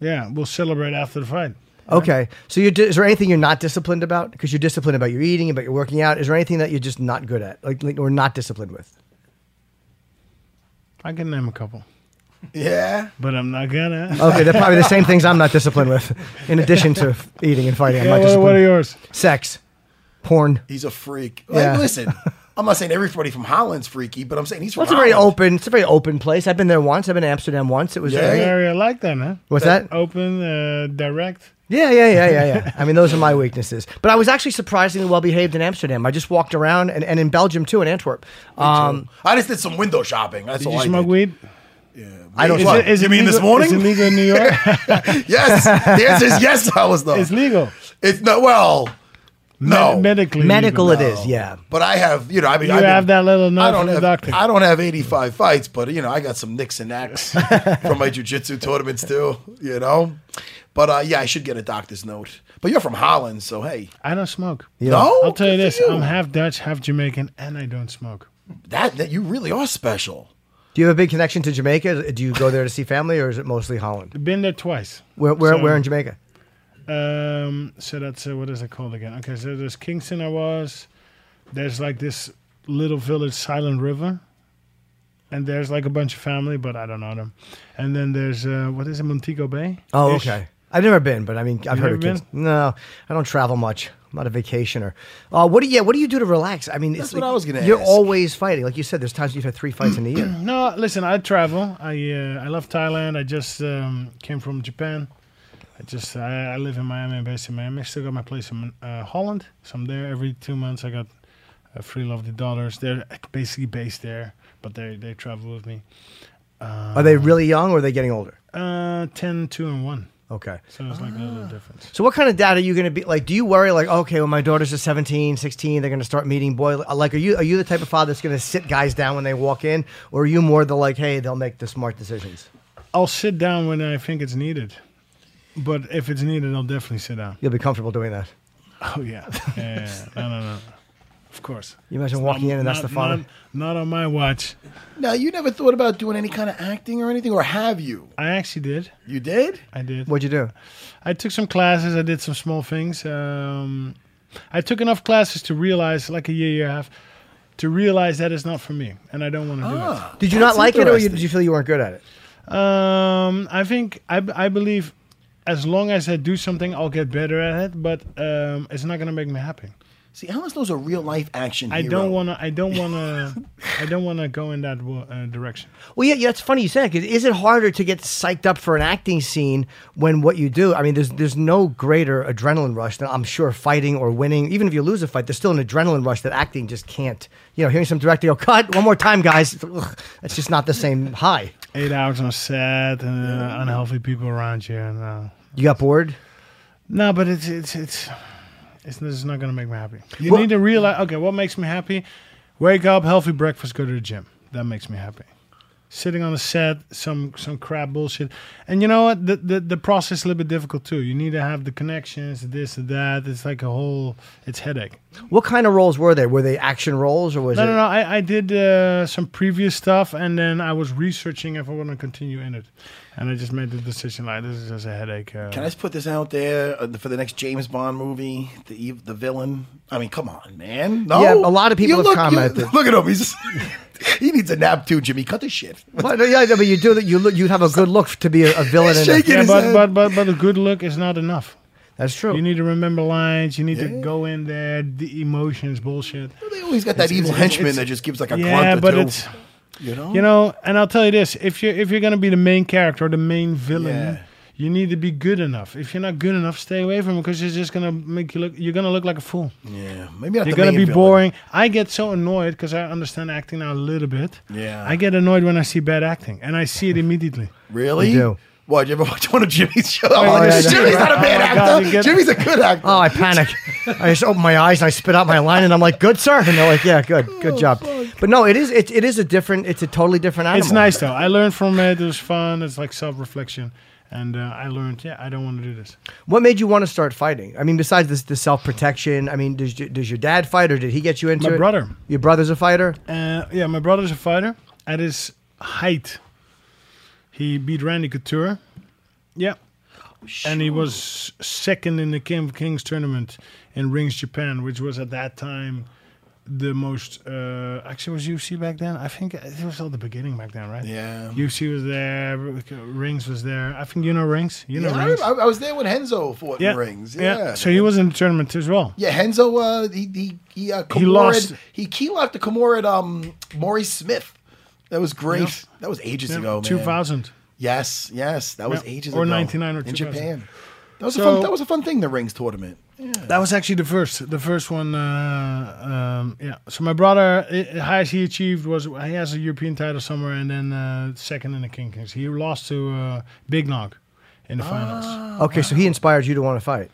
I: yeah, we'll celebrate after the fight.
C: Okay. So you di- is there anything you're not disciplined about? Because you're disciplined about your eating, about your working out. Is there anything that you're just not good at, like, like or not disciplined with?
I: I can name a couple,
D: yeah.
I: but I'm not gonna.
C: Okay, they're probably the same things I'm not disciplined with. In addition to f- eating and fighting, I'm
I: Yeah,
C: not
I: what,
C: disciplined.
I: what are yours?
C: Sex, porn.
D: He's a freak.
C: Yeah.
D: Like, listen, I'm not saying everybody from Holland's freaky, but I'm saying he's from
C: Well, it's a very
D: Holland.
C: open. It's a very open place. I've been there once. I've been to Amsterdam once. It was
D: Yeah.
C: very.
I: Area like that, huh?
C: What's that?
I: Open, uh, direct.
C: Yeah, yeah, yeah, yeah, yeah. I mean, those are my weaknesses. But I was actually surprisingly well behaved in Amsterdam. I just walked around and, and in Belgium too, in Antwerp. Um,
D: I just did some window shopping. That's
I: Did
D: all
I: you
D: Oh, I
I: smoke
D: did.
I: weed?
D: I don't
I: Is
D: smoke.
I: it- is
D: you
I: it
D: mean this
I: legal- Is it
D: morning?
I: legal in New York?
D: Yes. The answer is yes, I was though.
I: it's legal.
D: It's not well. No.
I: medically.
C: medical,
I: legal.
C: it is. Yeah.
D: But I have, you know, I mean,
I: You
D: I
I: have that little note
D: I don't
I: from the
D: have,
I: doctor.
D: I don't have 85 fights, but you know, I got some nicks and knacks from my jujitsu tournaments too. You know, but uh, yeah, I should get a doctor's note. But you're from Holland, so hey,
I: I don't smoke.
D: no,
I: I'll tell you
D: Good for
I: this: I'm half Dutch, half Jamaican, and I don't smoke.
D: that that you really are special.
C: Do you have a big connection to Jamaica? Do you go there to see family, or is it mostly Holland?
I: Been there twice.
C: Where, where,
I: So-
C: where in Jamaica?
I: Um, so that's uh, what is it called again? Okay, so there's Kingston. I was. there's like this little village, Silent River, and there's like a bunch of family, but I don't know them. And then there's uh, what is it, Montego Bay?
C: Oh,
I: Ish.
C: okay. I've never been, but I mean, I've heard of
I: never
C: kids. No, I don't travel much. I'm not a vacationer. Uh, what do you? Yeah, what do you do to relax? I mean, it's
D: what
C: like
D: I was gonna
C: You're
D: ask.
C: always fighting, like you said. There's times you've had three fights in a year.
I: No, listen, I travel. I uh, I love Thailand. I just um, came from Japan. I just I, I live in Miami, based in Miami. Still got my place in uh, Holland. So I'm there every two months. I got uh, three lovely daughters. They're uh, basically based there, but they they travel with me.
C: Are they really young or are they getting older?
I: Uh, 10, 2, and one.
C: Okay.
I: So it's like a
C: Ah.
I: little difference.
C: So what kind of dad are you going to be like? Do you worry like, okay, when my daughters are 17, 16, they're going to start meeting boy like are you are you the type of father that's going to sit guys down when they walk in or are you more the like, hey, they'll make the smart decisions?
I: I'll sit down when I think it's needed, but if it's needed, I'll definitely sit down.
C: You'll be comfortable doing that.
I: Oh yeah, yeah, yeah. yeah. no, no, no. Of course.
C: You imagine walking in and that's
I: Not-
C: the father.
I: Not, not on my watch.
D: Now, you never thought about doing any kind of acting or anything, or have you?
I: I actually did.
D: You did?
I: I did.
C: What'd you do?
I: I took some classes. I did some small things. Um, I took enough classes to realize, like a year, year and a half, to realize that is not for me, and I don't want to do
C: Did you
D: That's
C: not like it or you,
D: interesting.
C: did you feel you weren't good at it?
I: it. Um, I think I, b- I believe, as long as I do something, I'll get better at it. But um, it's not gonna make me happy.
D: See, Alice knows a real life action
I: I
D: hero.
I: don't wanna. I don't wanna. I don't wanna go in that wo- uh, direction.
C: Well, yeah, yeah, it's funny you said because is it harder to get psyched up for an acting scene when what you do? I mean, there's there's no greater adrenaline rush than I'm sure fighting or winning. Even if you lose a fight, there's still an adrenaline rush that acting just can't. You know, hearing some director go cut one more time, guys, it's like, ugh, that's just not the same high.
I: Eight hours on set and uh, unhealthy people around you. And, uh,
C: You got bored.
I: No, but it's it's it's it's, this is not gonna make me happy. You need to realize okay, what makes me happy? Wake up, healthy breakfast, go to the gym. That makes me happy. Sitting on a set, some some crap bullshit, and you know what? The the, the process is a little bit difficult too. You need to have the connections, this and that. It's like a whole it's headache.
C: What kind of roles were they? Were they action roles or was
I: No,
C: it?
I: no, no. I, I did uh, some previous stuff, and then I was researching if I want to continue in it, and I just made the decision like this is just a headache. Uh,
D: Can I just put this out there uh, for the next James Bond movie? The ev- the villain. I mean, come on, man. No,
C: Yeah, a lot of people have
D: look,
C: commented.
D: look at him. He's he needs a nap too, Jimmy. Cut the shit.
C: What? No, yeah, no, but you do that. You look, you'd have a good look to be a, a villain. in a-
D: Shaking
I: yeah,
D: his
I: but,
D: head.
I: but but but a good look is not enough.
C: that's true.
I: You need to remember lines. You need to
D: Oh. Yeah.
I: go in there. The emotions, bullshit.
D: They always got that evil
I: it's-
D: henchman
I: it's-
D: that just gives like a
I: Yeah,
D: grunt or
I: but
D: two.
I: it's
D: you know.
I: you know. And I'll tell you this: if you are if you're gonna be the main character or the main villain,
D: Yeah.
I: you need to be good enough. If you're not good enough, stay away from it because it's just gonna make you look. You're gonna look like a fool.
D: Yeah, maybe not.
I: You're
D: the
I: gonna
D: main
I: be
D: villain.
I: boring. I get so annoyed because I understand acting now a little bit.
D: Yeah.
I: I get annoyed when I see bad acting, and I see it immediately.
D: Really?
C: You do.
D: Why did you ever watch one of Jimmy's shows? I'm like,
C: yeah, yeah.
D: Jimmy's not a
I: Oh
D: bad
I: my God,
D: actor.
I: you get-
D: Jimmy's a good actor.
C: Oh, I panic. I just open my eyes and I spit out my line and I'm like, "Good sir," and they're like, "Yeah, good, good job." But no, it is it, it is a different. It's a totally different animal.
I: It's nice though. I learned from it. It was fun. It's like self-reflection, and uh, I learned. Yeah, I don't want to do this.
C: What made you want to start fighting? I mean, besides this, the self protection. I mean, does, you- does your dad fight or did he get you into
I: My
C: it?
I: brother.
C: Your brother's a fighter.
I: Uh, yeah, my brother's a fighter. At his height, he beat Randy Couture. Yeah.
D: Oh,
I: And he was second in the King of Kings tournament in Rings Japan, which was at that time the most. Uh, actually, was UFC back then? I think it was all the beginning back then, right?
D: Yeah.
I: UFC was there. Rings was there. I think you know Rings. You know
D: Yeah, I,
I: Rings.
D: remember- I was there when Henzo fought in rings. Yeah.
I: So he was in the tournament as well.
D: Yeah, Henzo. Uh, he he he. Uh,
I: He
D: Kimura'd-
I: lost.
D: He key locked the Kimura um Maury Smith. That was great. That was ages
I: Yeah,
D: ago, man.
I: 2000
D: Yes, yes, that was
I: Yeah,
D: ages ago.
I: or 99 or
D: in
I: 2000.
D: Japan. That was a
I: So-
D: fun. That was a fun thing. The rings tournament.
I: That was actually the first, the first one. Uh, um, yeah. So my brother, i- the highest he achieved was he has a European title somewhere, and then uh, second in the King Kings. He lost to uh, Big Nog in the finals.
C: Okay, so he inspired you to want to fight.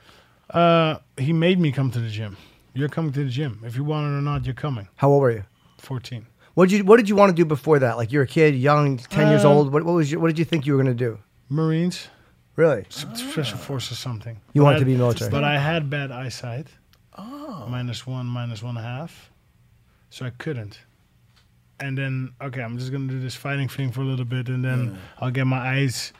I: Uh, he made me come to the gym. You're coming to the gym. If you want it or not, you're coming.
C: How old were you?
I: Fourteen.
C: What did you What did you want to do before that? Like you're a kid, young, ten years
I: Uh,
C: old. What, what was your, What did you think you were going to do?
I: Marines,
C: Really?
I: special forces, something.
C: You
I: But
C: wanted
I: I-
C: to be military.
I: But I had bad eyesight. Oh. Minus one, minus one half. So I couldn't. And then, okay, I'm just going to do this fighting thing for a little bit and then I'll get my eyes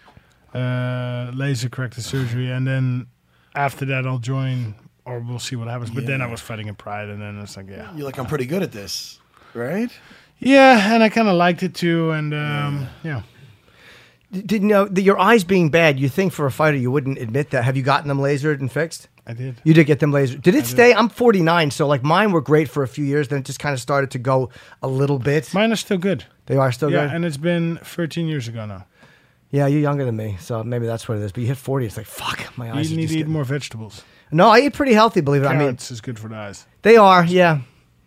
I: uh, laser corrected surgery. And then after that, I'll join or we'll see what happens. But then I was fighting in Pride, and then it's like, yeah,
D: You're like, I'm pretty good at this, right?
I: yeah, and I kind of liked it too, and um, yeah.
C: D- Did you know that your eyes being bad? You think for a fighter you wouldn't admit that? Have you gotten them lasered and fixed?
I: I did.
C: You did get them lasered. Did it stay? I'm 49, so like mine were great for a few years. Then it just kind of started to go a little bit.
I: Mine are still good.
C: they are still
I: yeah,
C: good.
I: and it's been 13 years ago now.
C: yeah, you're younger than me, so maybe that's what it is. But you hit 40, it's like fuck. My eyes. are
I: you need
C: just
I: to eat
C: getting-
I: more vegetables.
C: No, I eat pretty healthy. Believe it. I
I: Carrots
C: mean,
I: is good for the eyes.
C: they are. Yeah,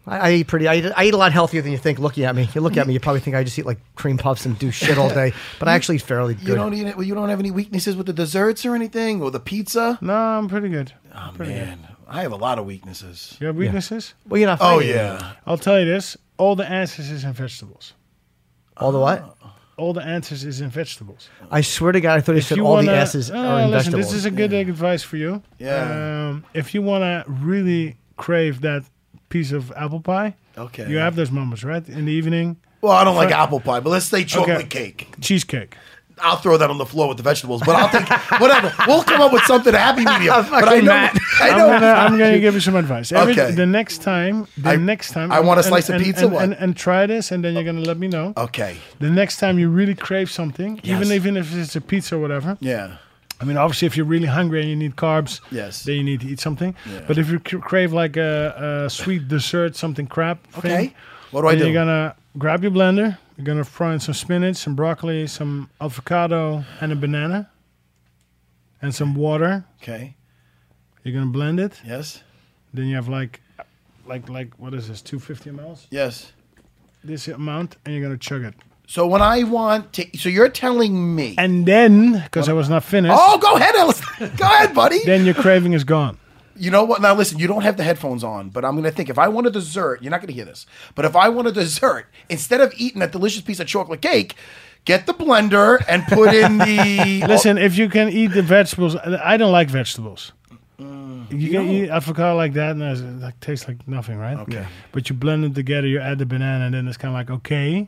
C: I, I eat pretty. I eat, I eat a lot healthier than you think. Looking at me, you look at me, you probably think I just eat like cream puffs and do shit all day. But I actually eat fairly good.
D: You don't eat it. Well, you don't have any weaknesses with the desserts or anything, or the pizza.
I: No, I'm pretty good.
D: Oh, man, I have a lot of weaknesses.
I: You have weaknesses?
C: well, you're not.
D: Oh
C: fighting.
D: yeah,
I: I'll tell you this: all the answers is in vegetables.
C: All the
D: Uh-huh.
C: what?
I: All the answers is in vegetables.
C: I swear to God, I thought you said
I: you
C: all
I: wanna-
C: the asses
I: No,
C: are in
I: listen,
C: vegetables.
I: This is a good advice for you.
D: Yeah.
I: Um, if you want to really crave that piece of apple pie,
D: Okay.
I: you have those moments, right? In the evening,
D: Well, I don't like apple pie, but let's say chocolate
I: Okay.
D: cake.
I: cheesecake.
D: I'll throw that on the floor with the vegetables, but I'll take whatever. We'll come up with something happy medium. but I
C: Fucking
D: know,
C: Matt.
D: I
I: I'm
D: know.
I: gonna, Uh, I'm gonna give you some advice. Every,
D: Okay.
I: The next time, the
D: I-
I: next time,
D: I want a
I: and-
D: slice of
I: and-
D: pizza,
I: and,
D: what?
I: and, and try this, and then you're gonna let me know.
D: Okay.
I: The next time you really crave something,
D: Yes.
I: even even if it's a pizza or whatever.
D: Yeah.
I: I mean, obviously, if you're really hungry and you need carbs,
D: Yes.
I: then you need to eat something.
D: Yeah.
I: But if you cr- crave like a, a sweet dessert, something crap, thing,
D: Okay. What do I
I: then
D: do?
I: You're gonna grab your blender. You're gonna fry in some spinach, some broccoli, some avocado, and a banana, and some water.
D: Okay.
I: You're gonna blend it.
D: Yes.
I: Then you have like, like, like what is this? 250 mils.
D: Yes.
I: This amount, and you're gonna chug it.
D: So when I want to, so you're telling me.
I: And then, because I was not finished,
D: oh, go ahead, Ellis. go ahead, buddy.
I: then your craving is gone.
D: You know what? Now listen, you don't have the headphones on, but I'm gonna think if I want a dessert, you're not gonna hear this. But if I want a dessert, instead of eating that delicious piece of chocolate cake, get the blender and put in the Oh,
I: Listen, if you can eat the vegetables, I don't like vegetables.
D: Mm.
I: you, can eat avocado like that, and it's- it like, tastes like nothing, right?
D: Okay. Yeah.
I: But you blend it together, you add the banana, and then it's kind of like okay.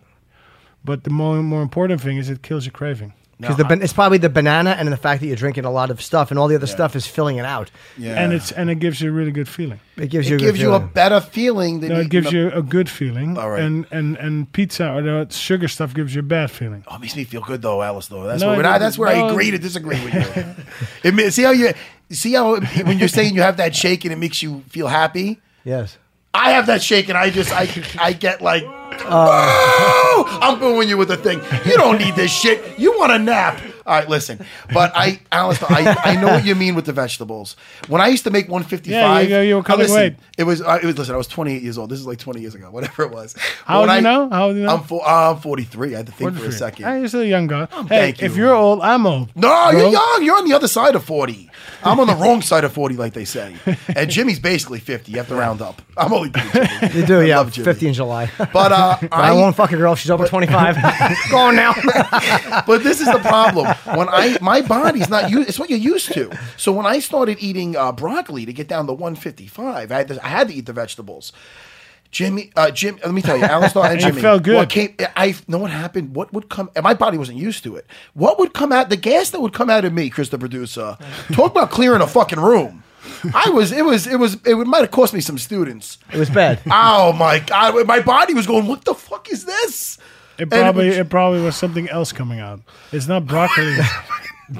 I: But the more more important thing is it kills your craving.
C: Because the ban- it's probably the banana and the fact that you're drinking a lot of stuff and all the other stuff is filling it out.
D: Yeah.
I: And it's and it gives you a really good feeling.
C: It gives you
D: it
C: a good
D: gives you a
C: feeling.
D: better feeling than
I: No, it
D: eating
I: gives
D: a-
I: you a good feeling.
D: All right.
I: And and and pizza or the sugar stuff gives you a bad feeling.
D: Oh, it makes me feel good though, Alice. Though that's
I: No,
D: where
I: it
D: I,
I: doesn't.
D: that's where I
I: No.
D: agree to disagree with you. it, ma- see how you see how when you're saying you have that shake and it makes you feel happy.
C: yes.
D: I have that shake and I just I I get like
I: Uh,
D: "Boo! I'm booing you with a thing. You don't need this shit. You want a nap. All right, listen. But I Alice, I, I know what you mean with the vegetables. When I used to make 155,
I: Yeah, you go- you were
D: uh,
I: cutting
D: listen,
I: weight.
D: It was uh, it was listen, I was 28 years old. This is like 20 years ago, whatever it was.
I: How
D: But
I: old
D: when
I: you
D: I-
I: know? How old you know?
D: I'm four, uh, I'm 43. I had to think for a second. Oh,
I: Hey, you're still a young guy. hey,
D: thank
I: if
D: you.
I: you're old, I'm old.
D: No,
I: bro.
D: you're young. You're on the other side of 40. I'm on the wrong side of 40, like they say. And Jimmy's basically 50. You have to round up. I'm only kidding, Jimmy.
C: You do,
D: I
C: yeah.
D: love Jimmy.
C: 50 in July. but
D: But, uh,
C: I,
D: I,
C: won't fuck a girl. if She's over 25. Go on now.
D: but this is the problem. When I my body's not used, it's what you're used to. So when I started eating uh, broccoli to get down to 155, I had to, I had to eat the vegetables. Jimmy, uh, Jim, let me tell you, Alan Starr and
I: And you
D: Jimmy.
I: felt good.
D: What came, I know what happened. What would come? And my body wasn't used to it. What would come out? The gas that would come out of me, Chris, the producer. Talk about clearing a fucking room. I was. It was. It was. It would, might have cost me some students.
C: It was bad.
D: Oh my god! My body was going. What the fuck is this?
I: It
D: And it
I: probably
D: was-
I: it probably was something else coming out. It's not broccoli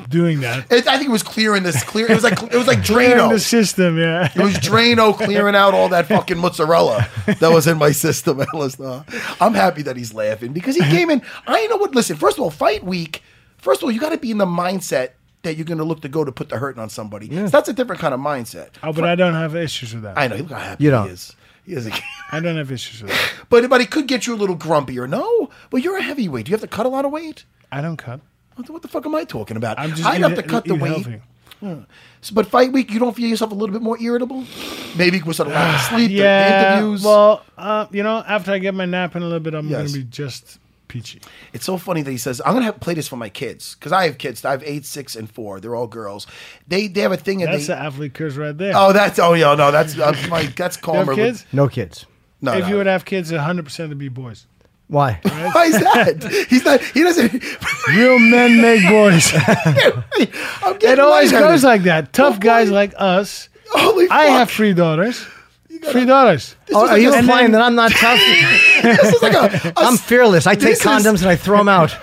I: doing that.
D: It, I think it was clearing this clear. It was like it was like
I: In the
D: Drano.
I: system, yeah.
D: It was Drano clearing out all that fucking mozzarella that was in my system. Ellis. Uh, I'm happy that he's laughing because he came in. I know what. Listen, first of all, fight week. First of all, you got to be in the mindset that you're going to look to go to put the hurting on somebody. So that's a different kind of mindset.
I: Oh, but I don't have issues with that.
D: I
I: I,
D: know. Look how happy
C: You don't.
D: he is. He is. A,
I: don't have issues with that.
D: but but he could get you a little grumpier. No. Well, you're a heavyweight. Do you have to cut a lot of weight?
I: I don't cut.
D: What the, what the fuck am I talking about?
I: I'm just
D: I'd
I: eat-
D: have to cut the
I: eat
D: weight.
I: healthy.
D: So, but fight week, you don't feel yourself a little bit more irritable? Maybe because of the lack of sleep, the- the
I: Yeah.
D: interviews.
I: Well, uh, you know, after I get my nap in a little bit, I'm
D: Yes.
I: gonna be just peachy.
D: it's so funny that he says, "I'm gonna have to play this for my kids because I have kids. I have eight, six, and four. They're all girls. They they have a thing and
I: That's
D: they.
I: the athlete curse right there.
D: oh, that's oh yeah, no, that's uh, my that's
I: you have
D: calmer.
I: kids?
C: No kids.
D: No,
I: if
D: no.
I: you would have kids, 100 percent would be boys.
C: Why?
D: why is that? He's not. He doesn't.
I: Real men make boys.
D: I'm getting
I: it always
D: lightheaded.
I: goes like that. Tough guys like us
D: Holy
I: I
D: fuck.
I: have three daughters. Three daughters.
C: Oh, are you
I: And
C: implying
I: then-
C: that I'm not tough?
D: this is like a, a
C: I'm fearless. I take
D: This is-
C: condoms and I throw them out.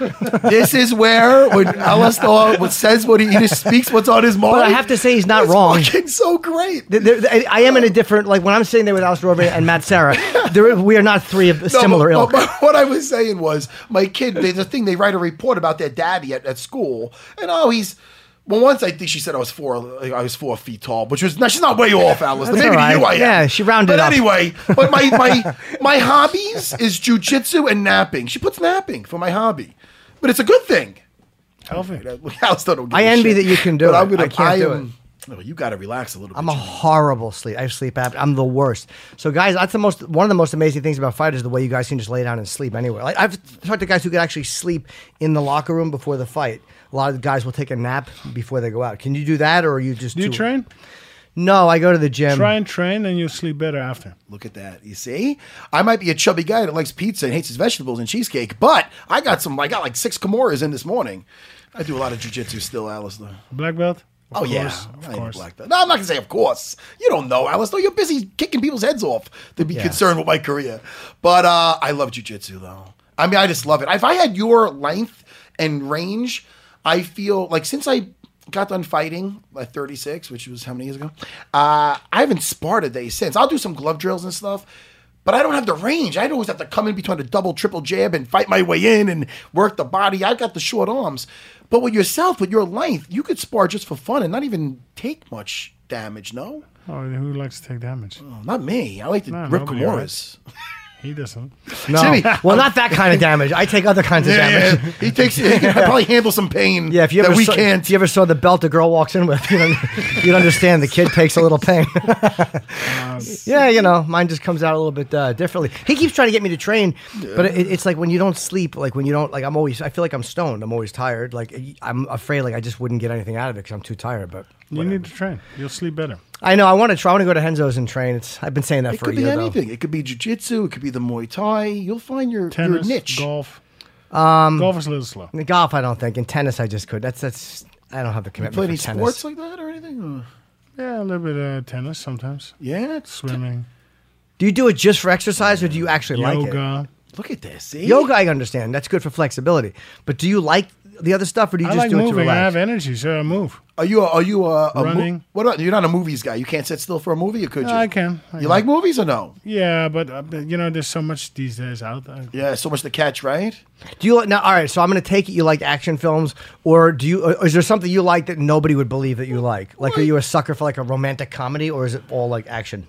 D: this is where when Alastor what says what he, he just speaks what's on his mind.
C: But I have to say he's not
D: It's
C: wrong.
D: fucking so great.
C: Th- there- I- I am in a different like when I'm sitting there with Alice Rover and Matt Sarah. There, we are not three of
D: No,
C: similar
D: but-
C: ilk.
D: but what I was saying was my kid. There's a thing they write a report about their daddy at, at school, and oh, he's. Well, once I think she said I was four, like, I was four feet tall, which was no, she's not way off, Alice.
C: That's
D: Maybe
C: all right.
D: to you I am.
C: Yeah, she rounded
D: but
C: up.
D: anyway, but my my my hobbies is jujitsu and napping. She puts napping for my hobby, but it's a good thing.
I: Healthy.
D: Alice don't give
C: I
D: a
C: envy
D: shit.
C: that you can do
D: But
C: it.
D: I'm gonna,
C: I can't do
D: am- No, you got to relax a little.
C: I'm a
D: bit.
C: horrible sleep. I sleep apnea. I'm the worst. So guys, that's the most one of the most amazing things about fighters is the way you guys can just lay down and sleep anywhere. Like I've talked to guys who could actually sleep in the locker room before the fight. A lot of guys will take a nap before they go out. Can you do that, or are you just
I: Do you
C: too-
I: train?
C: No, I go to the
D: Um,
C: gym.
I: Try and train, and you'll sleep better after.
D: Look at that. You see? I might be a chubby guy that likes pizza and hates his vegetables and cheesecake, but I got some I got like six Kimuras in this morning. I do a lot of jujitsu still, Alistair.
I: Black belt. Of
D: Oh
I: course,
D: yeah. I
I: of
D: ain't
I: course.
D: black belt. No, I'm not gonna say of course. You don't know, Alistair. You're busy kicking people's heads off to be concerned with my career. But uh I love jujitsu though. I mean I just love it. If I had your length and range, I feel like since I got done fighting at 36, which was how many years ago? Uh I haven't sparred a day since. I'll do some glove drills and stuff. But I don't have the range. I'd always have to come in between a double, triple jab and fight my way in and work the body. I've got the short arms. But with yourself, with your length, you could spar just for fun and not even take much damage, no?
I: Oh, who likes to take damage?
D: Well, not me. I like to
I: No,
D: rip
I: nobody
D: Kimuras.
I: He doesn't.
C: No.
D: Jimmy.
C: Well, not that kind of damage. I take other kinds of
D: Yeah,
C: damage.
D: yeah. He takes he can probably handle some pain
C: Yeah, if you
D: that
C: ever
D: we
C: saw,
D: can't.
C: if you ever saw the belt a girl walks in with, you'd, un- you'd understand the kid takes a little pain. yeah, you know, mine just comes out a little bit uh, differently. He keeps trying to get me to train, but it, it's like when you don't sleep, like when you don't, like I'm always, I feel like I'm stoned. I'm always tired. Like I'm afraid, like I just wouldn't get anything out of it because I'm too tired. But
I: You need to train. You'll sleep better.
C: I know I want to try. I want to go to Henzo's and train. It's I've been saying that
D: It
C: for a
D: could be
C: year. though.
D: anything. It could be jujitsu. It could be the Muay Thai. You'll find your, your
I: Tennis,
D: niche.
I: golf. Um, golf is a little slow.
C: In golf, I don't think. In tennis, I just could. That's that's. I don't have the commitment.
D: Play
C: for
D: any
C: tennis.
D: sports like that or anything? Uh,
I: Yeah, a little bit of tennis sometimes.
D: Yeah. it's-
I: Swimming,
C: Do you do it just for exercise, or do you actually like it?
I: yoga.
D: Look at this. See?
C: Yoga, I understand. That's good for flexibility. But do you like the other stuff, or do you
I: I
C: just
I: like
C: do it to
I: moving. I
C: relax?
I: have energy, so I move.
D: Are you a, are you a, a mo-
I: Running.
D: what about, you're not a movies guy. You can't sit still for a movie, or could you?
I: I can. I
D: You
I: can.
D: like movies or no?
I: Yeah, but, uh, but you know, there's so much these days out. I,
D: Yeah, so much to catch, right?
C: do you like now? All right, so I'm going to take it. You like action films, or do you? Or is there something you like that nobody would believe that you like? Like, are you a sucker for like a romantic comedy, or is it all like action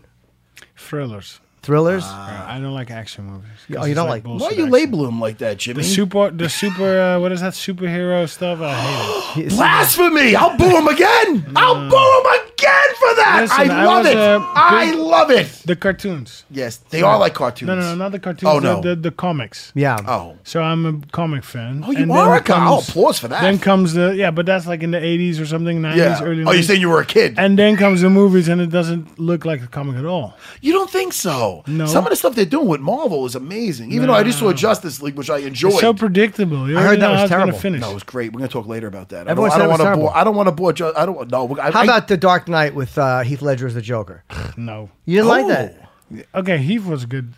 I: thrillers.
C: thrillers?
I: Uh, I don't like action movies. 'cause
C: Oh, you
I: it's
C: don't like-
D: Why
I: bullshit
D: you
I: action.
D: label him like that, Jimmy?
I: The super, the super, uh, what is that superhero stuff? I hate it.
D: Blasphemy! I'll boo him again. I'll boo him again for that.
I: Mm. Listen,
D: I
I: I
D: love
I: was,
D: it.
I: uh,
D: I
I: big-
D: love it.
I: The cartoons.
D: Yes, they are like cartoons.
I: No, no, no, not the cartoons.
D: Oh,
I: the-
D: no.
I: the, the comics.
C: yeah.
D: Oh,
I: So I'm a comic fan.
D: Oh, you
I: And
D: are
I: then
D: a co- oh, applause for that.
I: Then comes the yeah, but that's like in the 80s or something, 90s,
D: yeah.
I: early.
D: Oh, you
I: 90s.
D: saying you were a kid?
I: And then comes the movies, and it doesn't look like a comic at all.
D: you don't think so?
I: No.
D: Some of the stuff they're doing with Marvel is amazing. Even though I just saw Justice League, which I enjoyed.
I: It's so predictable. You
C: I heard
I: already
C: that
I: know
C: was
I: how it's gonna
C: terrible.
I: Finish.
D: no, it was great. We're gonna talk later about that.
C: Everyone
D: I
C: said it was
D: don't, I don't want to
C: terrible.
D: bore. I don't want to bore. Ju- I don't. No. I,
C: How
D: I-
C: about The Dark Knight with uh, Heath Ledger as the Joker?
I: No.
C: You didn't like
D: Oh.
C: that.
I: Okay, he was good,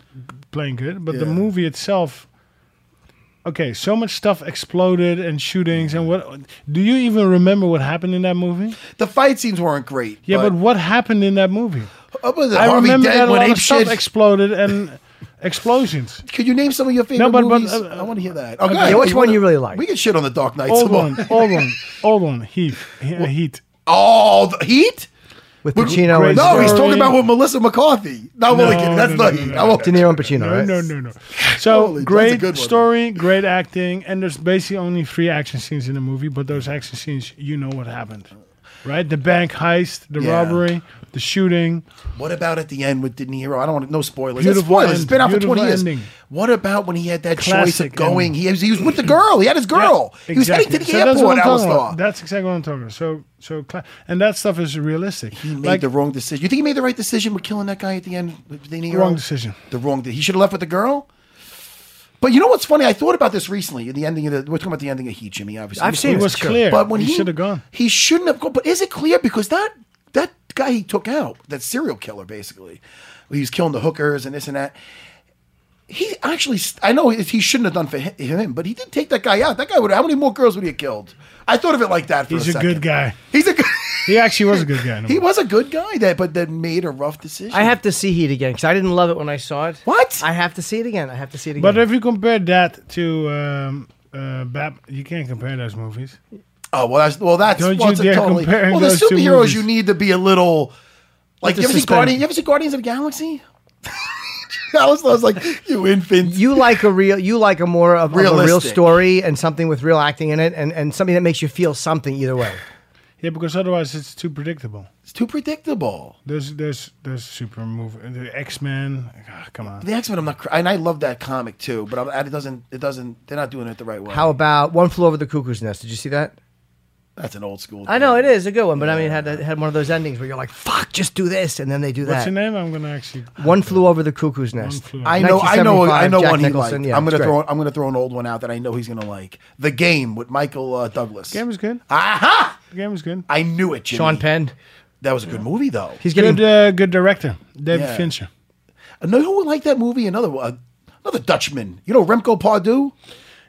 I: playing good, but the
D: Yeah.
I: movie itself. Okay, so much stuff exploded and shootings and what? Do you even remember what happened in that movie?
D: the fight scenes weren't great?
I: Yeah, but, what happened in that movie?
D: What was it?
I: I
D: Harvey
I: remember
D: Dent
I: that a
D: went
I: lot
D: ape
I: of stuff
D: shit.
I: exploded and explosions.
D: Could you name some of your favorite
I: No, but- but,
D: movies?
I: uh,
D: I want to hear that. Okay,
C: Yeah, which one you really like?
D: We can shit on the Dark Knight.
I: Old
D: some more.
I: one, old one, old one. Heat, he- uh, heat.
D: Oh, the Heat.
C: With
D: With-
C: Pacino
I: great
C: and
D: No, he's
I: Sorry.
D: talking about with Melissa McCarthy. No, I'm only
I: No,
D: kidding. That's
I: no,
D: not
I: no,
D: Heat.
I: no,
D: I won't-
C: De Niro and Pacino,
I: No,
C: right?
I: no, no, no. So
D: Holy, that's a
I: great
D: good one.
I: story, great acting, and there's basically only three action scenes in the movie. But those action scenes, you know what happened, right? The bank heist, the
D: Yeah.
I: robbery, the shooting.
D: What about at the end with De Niro? I don't want to, no spoilers. That's
I: Beautiful
D: spoilers. It's
I: end.
D: been out for
I: Beautiful
D: 20 years.
I: ending.
D: What about when he had that choice
I: Classic
D: of going?
I: ending.
D: He was, he was with the girl. He had his girl. He was heading to the
I: So that's what I'm
D: airport,
I: talking about.
D: Alistair.
I: That's exactly what I'm talking about. So, so, cla- and that stuff is realistic.
D: He made
I: like
D: the wrong decision. You think he made the right decision with killing that guy at the end? with De Niro?
I: wrong decision.
D: the wrong. He should have left with the girl. But you know what's funny? I thought about this recently. In the ending of the, we're talking about the ending of Heat, Jimmy. Obviously,
C: I've seen
I: It
C: It's
I: was
C: true.
I: clear.
D: But when he,
I: should have gone.
D: he shouldn't have gone. But is it clear because that that guy he took out, that serial killer, basically. He was killing the hookers and this and that. He actually, I know he- he shouldn't have done for hi- him, but he did take that guy out. That guy would. How many more girls would he have killed? I thought of it like that. For
I: He's a
D: second.
I: good guy.
D: He's a good.
I: He actually was a good guy.
D: he was a good guy, that but that made a rough decision.
C: I have to see Heat again because I didn't love it when I saw it.
D: What?
C: I have to see it again. I have to see it again.
I: But if you compare that to um, uh, Bat, you can't compare those movies.
D: Oh well, that's well, that's
I: Don't
D: well,
I: you
D: it's a
I: dare
D: totally.
I: compare
D: Well, the
I: those two
D: superheroes
I: movies.
D: you need to be a little
C: With
D: like
C: the
D: you ever, see
C: suspense.
D: Guardian, you ever see Guardians of the Galaxy? I was, I was like, you infants.
C: you like a real, you like a more of, of a real
D: Realistic.
C: story and something with real acting in it, and, and something that makes you feel something either way.
I: Yeah, because otherwise it's too predictable.
D: It's too predictable.
I: There's there's there's super movie, the X Men. come on.
D: The X Men, I'm not, cr- and I love that comic too, but I'm, it doesn't, it doesn't, they're not doing it the right way.
C: How about One Flew Over the Cuckoo's Nest? Did you see that?
D: That's an old school.
C: I know it is a good one, but I mean, it had it had one of those endings where you're like, "Fuck, just do this," and then they do that.
I: What's your name? I'm gonna actually.
C: One flew over the cuckoo's nest.
I: Flew Over-
D: I know, I know, I
C: 1975,
D: know
C: Jack
D: one he liked.
C: Nicholson. Yeah,
D: I'm gonna
C: it's
D: throw,
C: great.
D: I'm gonna throw an old one out that I know he's gonna like. The Game with Michael uh, Douglas.
I: Game was good.
D: Aha!
I: The game was good.
D: I knew it, Jimmy.
C: Sean Penn.
D: That was a good movie though.
C: He's getting
I: Good uh, good director, David
D: Yeah.
I: Fincher.
D: I know who would like that movie. Another uh, another Dutchman. You know Remco Pardue.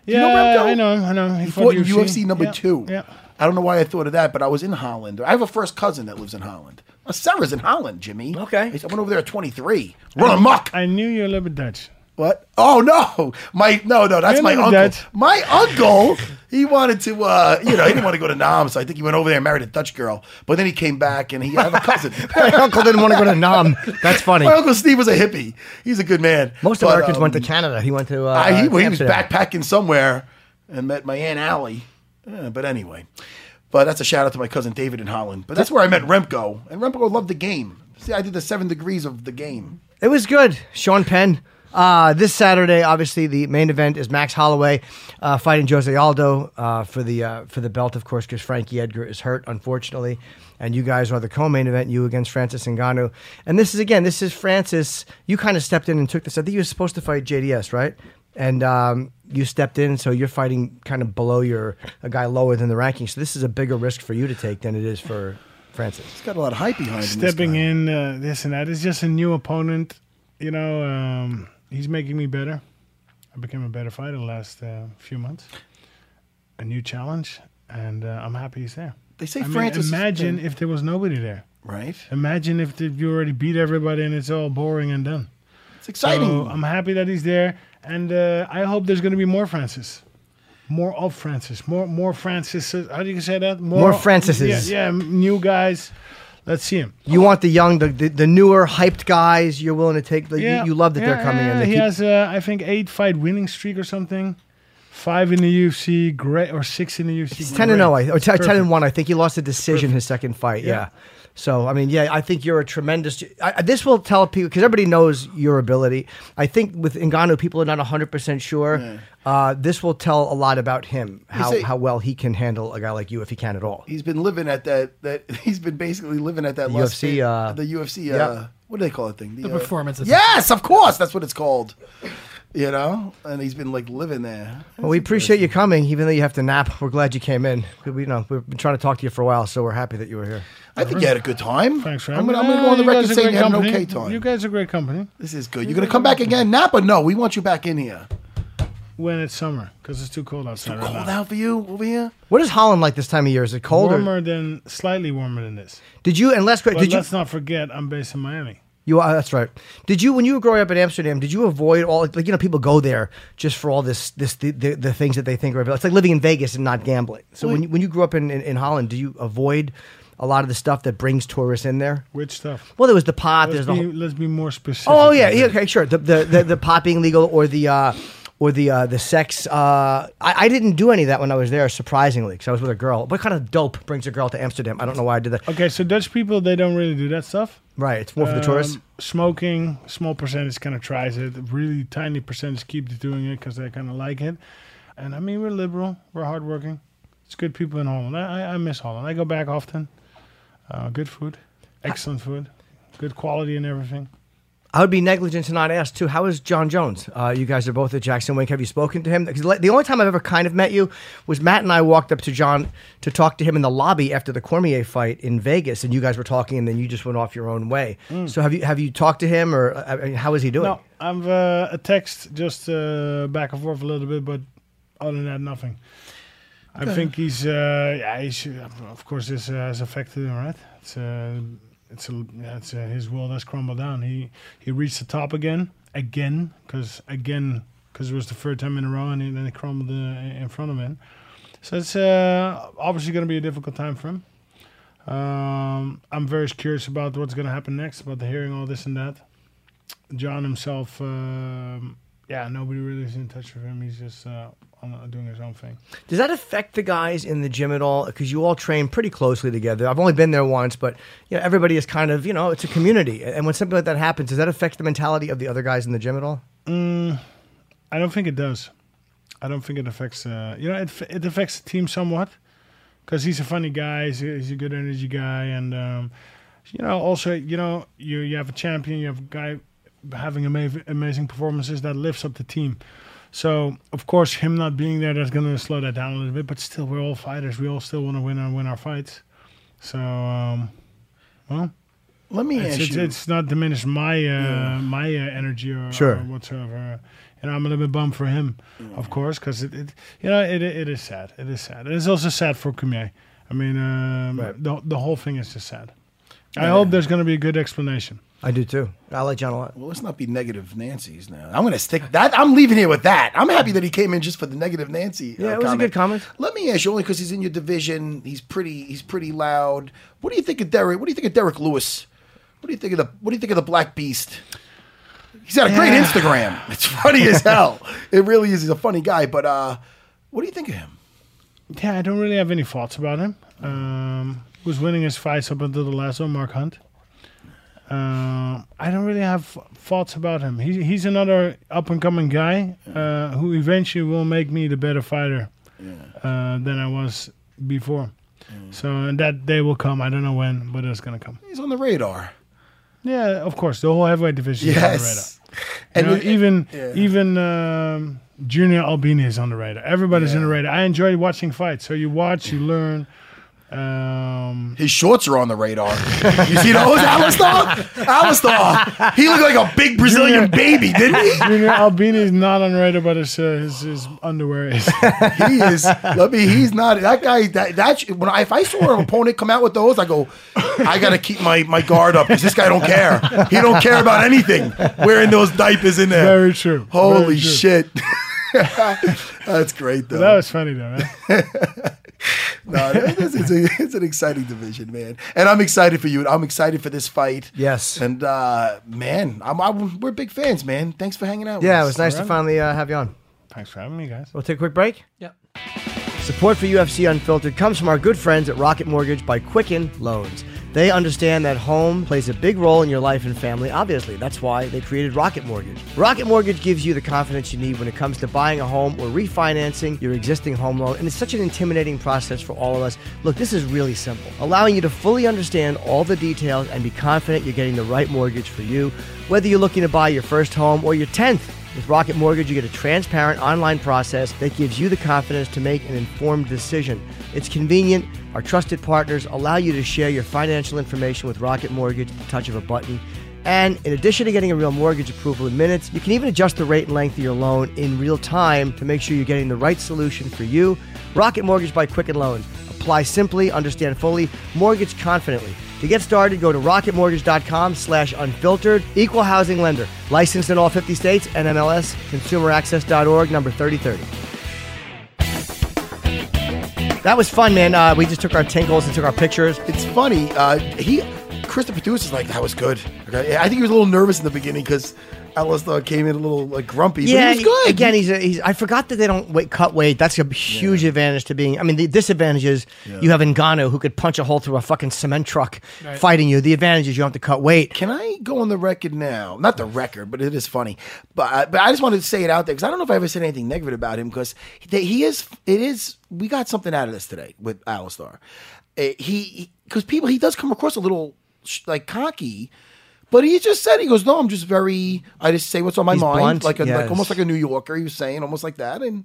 I: Yeah,
D: know Remco?
I: I know him. I know him.
D: He fought in UFC number
I: Yeah,
D: two.
I: Yeah.
D: I don't know why I thought of that, but I was in Holland. I have a first cousin that lives in Holland. Uh, Sarah's in Holland, Jimmy.
C: Okay.
D: I went over there at 23. Run amok.
I: I knew you were a little bit Dutch.
D: What? Oh no, my no no, that's
I: You're
D: my
I: not
D: uncle.
I: Dutch.
D: My uncle, he wanted to, uh, you know, he didn't want to go to Nam, so I think he went over there and married a Dutch girl. But then he came back, and he I have a cousin.
C: my uncle didn't want to go to Nam. That's funny.
D: my uncle Steve was a hippie. He's a good man.
C: Most
D: But,
C: Americans went
D: um,
C: to Canada. He went to. Uh,
D: I, he, well, he was
C: Amsterdam.
D: backpacking somewhere and met my aunt Allie. Eh, but anyway, but that's a shout out to my cousin David in Holland. But that's where I met Remco, and Remco loved the game. See, I did the seven degrees of the game.
C: It was good. Sean Penn. Uh, this Saturday, obviously, the main event is Max Holloway uh, fighting Jose Aldo uh, for the uh, for the belt, of course, because Frankie Edgar is hurt, unfortunately. And you guys are the co-main event, you against Francis Ngannou. And this is again, this is Francis. You kind of stepped in and took this. I think you were supposed to fight JDS, right? And um, you stepped in, so you're fighting kind of below your a guy lower than the rankings. So this is a bigger risk for you to take than it is for Francis.
D: It's got a lot of hype behind him. this
I: Stepping
D: guy.
I: in, uh, this and that. It's just a new opponent. You know, um, he's making me better. I became a better fighter the last uh, few months. A new challenge, and uh, I'm happy he's there.
D: They say
I: I mean,
D: Francis. has
I: imagine
D: been-
I: if there was nobody there.
D: right?
I: Imagine if the, you already beat everybody and it's all boring and done.
D: It's exciting.
I: So I'm happy that he's there, and uh, I hope there's going to be more Francis, more of Francis, more more Francis. How do you say that?
C: More Francises.
I: Yeah, yeah, new guys. Let's see him.
C: You want the young, the, the, the newer, hyped guys. You're willing to take. The,
I: Yeah,
C: you, you love that
I: yeah,
C: they're coming in.
I: yeah,
C: They
I: He
C: keep-
I: has, uh, I think, eight fight winning streak or something. Five in the UFC, great, or six in the UFC.
C: He's ten and zero, I- or t- ten and
I: Perfect.
C: one. I think he lost a decision his second fight. Yeah. So I mean, yeah, I think you're a tremendous. I, I- this will tell people because everybody knows your ability. I think with Ngannou, people are not 100 percent sure. Uh, this will tell a lot about him how,
D: say-
C: how well he can handle a guy like you if he can at all.
D: he's been living at that. That he's been basically living at that.
C: The
D: Las
C: UFC,
D: Ve-
C: uh,
D: the UFC.
C: yeah.
D: Uh, what do they call it? Thing.
H: The
D: uh,
H: performance is-
D: Yes, of course. That's what it's called. You know, and he's been like living there.
C: Well, we appreciate you coming, even though you have to nap. We're glad you came in. We, you know, we've been trying to talk to you for a while, so we're happy that you were here.
D: I think you had a good time.
I: Thanks, for
D: I'm
I: having
D: gonna,
I: me.
D: I'm gonna go
I: Ah,
D: on the
I: you guys
D: record
I: are
D: saying
I: great
D: you had an
I: company.
D: okay time.
I: You guys are great company
D: This is good. You're gonna come back again, Napa? No, we want you back in here.
I: when it's summer because it's too cold outside. right
D: Cold
I: now.
D: out for you over here.
C: What is Holland like this time of year? Is it cold? or-
I: Warmer than slightly warmer than this.
C: Did you and last question?
I: But
C: Did you?
I: let's not forget, I'm based in Miami.
C: You are, that's right. Did you when you were growing up in Amsterdam? Did you avoid all like you know people go there just for all this this the, the, the things that they think are available? It's like living in Vegas and not gambling. So when you, when you grew up in, in in Holland, do you avoid a lot of the stuff that brings tourists in there?
I: Which stuff?
C: Well, there was the pot.
I: Let's
C: There's the
I: be,
C: whole,
I: let's be more specific.
C: oh yeah,
I: than
C: yeah
I: that.
C: okay sure the the the, the pot being legal or the. uh or the uh, the sex, uh, I, I didn't do any of that when I was there, surprisingly, because I was with a girl. What kind of dope brings a girl to Amsterdam? I don't know why I did that.
I: Okay, so Dutch people they don't really do that stuff.
C: Right, it's more for the tourists.
I: Um, Smoking, small percentage kind of tries it. Really tiny percentage keeps doing it because they kind of like it. And I mean, we're liberal, we're hardworking. It's good people in Holland. I, I- I miss Holland. I go back often. Uh, good food, excellent food, good quality and everything.
C: I would be negligent to not ask too. How is John Jones? Uh, you guys are both at Jackson Wink. Have you spoken to him? 'Cause le- the only time I've ever kind of met you was Matt and I walked up to John to talk to him in the lobby after the Cormier fight in Vegas, and you guys were talking, and then you just went off your own way. So have you have you talked to him, or uh, I mean, how is he doing?
I: No, I've uh, a text just uh, back and forth a little bit, but other than that, nothing. I think he's, uh, yeah, he's, uh, of course, this uh, has affected him, right? It's, uh, it's, a, yeah, it's uh, his world has crumbled down. He he reached the top again, again, because again, because it was the third time in a row, and then it crumbled uh, in front of him. So it's uh, obviously going to be a difficult time for him. Um, I'm very curious about what's going to happen next, about the hearing, all this and that. John himself, um, yeah, nobody really is in touch with him. He's just uh, on, doing his own thing.
C: Does that affect the guys in the gym at all? Because you all train pretty closely together. I've only been there once, but you know everybody is kind of you know it's a community. And when something like that happens, does that affect the mentality of the other guys in the gym at all?
I: I don't think it does. I don't think it affects. Uh, you know, it f- it affects the team somewhat because he's a funny guy. He's a, he's a good energy guy, and um, you know, also, you know, you you have a champion. You have a guy having ama- amazing performances that lifts up the team. So of course, him not being there, that's going to slow that down a little bit. But still, we're all fighters. We all still want to win and win our fights. So, um, well,
D: Let me
I: it's,
D: ask
I: it's,
D: you.
I: it's not diminished my uh, my uh, energy or,
C: Sure.
I: or whatsoever. And I'm a little bit bummed for him, of course, because it, it you know it it is sad. It is sad. It's also sad for Kumier. I mean, um,
C: Right.
I: the the whole thing is just sad. I hope there's going to be a good explanation.
C: I do too. I like John a lot.
D: well, let's not be negative Nancy's now. I'm gonna stick that. I'm leaving here with that. I'm happy that he came in just for the negative Nancy. uh,
C: Yeah, it was a good comment.
D: Let me ask you, only because he's in your division. He's pretty. He's pretty loud. What do you think of Derek? What do you think of Derek Lewis? What do you think of the? What do you think of the Black Beast? He's got a great Instagram. It's funny as hell. It really is. He's a funny guy. But uh, what do you think of him?
I: Yeah, I don't really have any thoughts about him. Um, he was winning his fights up until the last one, Mark Hunt. Uh, I don't really have thoughts about him. He, he's another up and coming guy uh, who eventually will make me the better fighter uh, than I was before. So and that day will come. I don't know when, but it's gonna come.
D: He's on the radar.
I: Yeah, of course, the whole heavyweight division is
D: Yes.
I: on the radar. You know,
D: you-
I: even
D: yeah.
I: even um, Junior Albini is on the radar. Everybody's on
D: Yeah.
I: the radar. I enjoy watching fights. So you watch, you learn. Um,
D: His shorts are on the radar. You see those, Alistar? Alistar. He looked like a big Brazilian baby, didn't he?
I: Junior Albini is not on the radar, but his, uh, his, his underwear is.
D: He is. Let me. He's not that guy. That that sh- when I, if I saw an opponent come out with those, I go, I gotta keep my my guard up because this guy don't care. He don't care about anything. Wearing those diapers in there.
I: Very true.
D: Holy
I: Very true.
D: shit. That's great though.
I: That was funny though. Man.
D: No, this is a, it's an exciting division, man. And I'm excited for you. I'm excited for this fight.
C: Yes.
D: And uh, man, I'm, I'm, we're big fans, man. Thanks for hanging out.
C: Yeah, it
D: with us.
C: was nice to finally uh, have you on.
I: Thanks for having me, guys.
C: We'll take a quick break.
H: Yep.
C: Support for UFC Unfiltered comes from our good friends at Rocket Mortgage by Quicken Loans. They understand that home plays a big role in your life and family, obviously. That's why they created Rocket Mortgage. Rocket Mortgage gives you the confidence you need when it comes to buying a home or refinancing your existing home loan, and it's such an intimidating process for all of us. Look, this is really simple, allowing you to fully understand all the details and be confident you're getting the right mortgage for you, whether you're looking to buy your first home or your 10th. With Rocket Mortgage, you get a transparent online process that gives you the confidence to make an informed decision. It's convenient. Our trusted partners allow you to share your financial information with Rocket Mortgage at the touch of a button. And in addition to getting a real mortgage approval in minutes, you can even adjust the rate and length of your loan in real time to make sure you're getting the right solution for you. Rocket Mortgage by Quicken Loans. Apply simply, understand fully, mortgage confidently. To get started, go to rocketmortgage.com slash unfiltered. Equal housing lender. Licensed in all 50 states and MLS. ConsumerAccess.org, number 3030. That was fun, man. Uh, we just took our tinkles and took our pictures.
D: It's funny. Uh, he, Christopher Deuce is like, that was good. Okay. I think he was a little nervous in the beginning because Alistair came in a little like grumpy. but he was good.
C: again, he's, a, he's. I forgot that they don't wait, cut weight. That's a huge advantage to being. I mean, the disadvantage is you have Ngannou who could punch a hole through a fucking cement truck fighting you. The advantage is you don't have to cut weight.
D: Can I go on the record now? Not the record, but it is funny. But I, but I just wanted to say it out there because I don't know if I ever said anything negative about him because he, he is. It is. We got something out of this today with Alistar. Uh, he because people he does come across a little sh- like cocky, But he just said he goes, no, I'm just very. I just say what's on my
C: He's
D: mind,
C: blunt,
D: like a,
C: yes.
D: like almost like a New Yorker. He was saying almost like that, and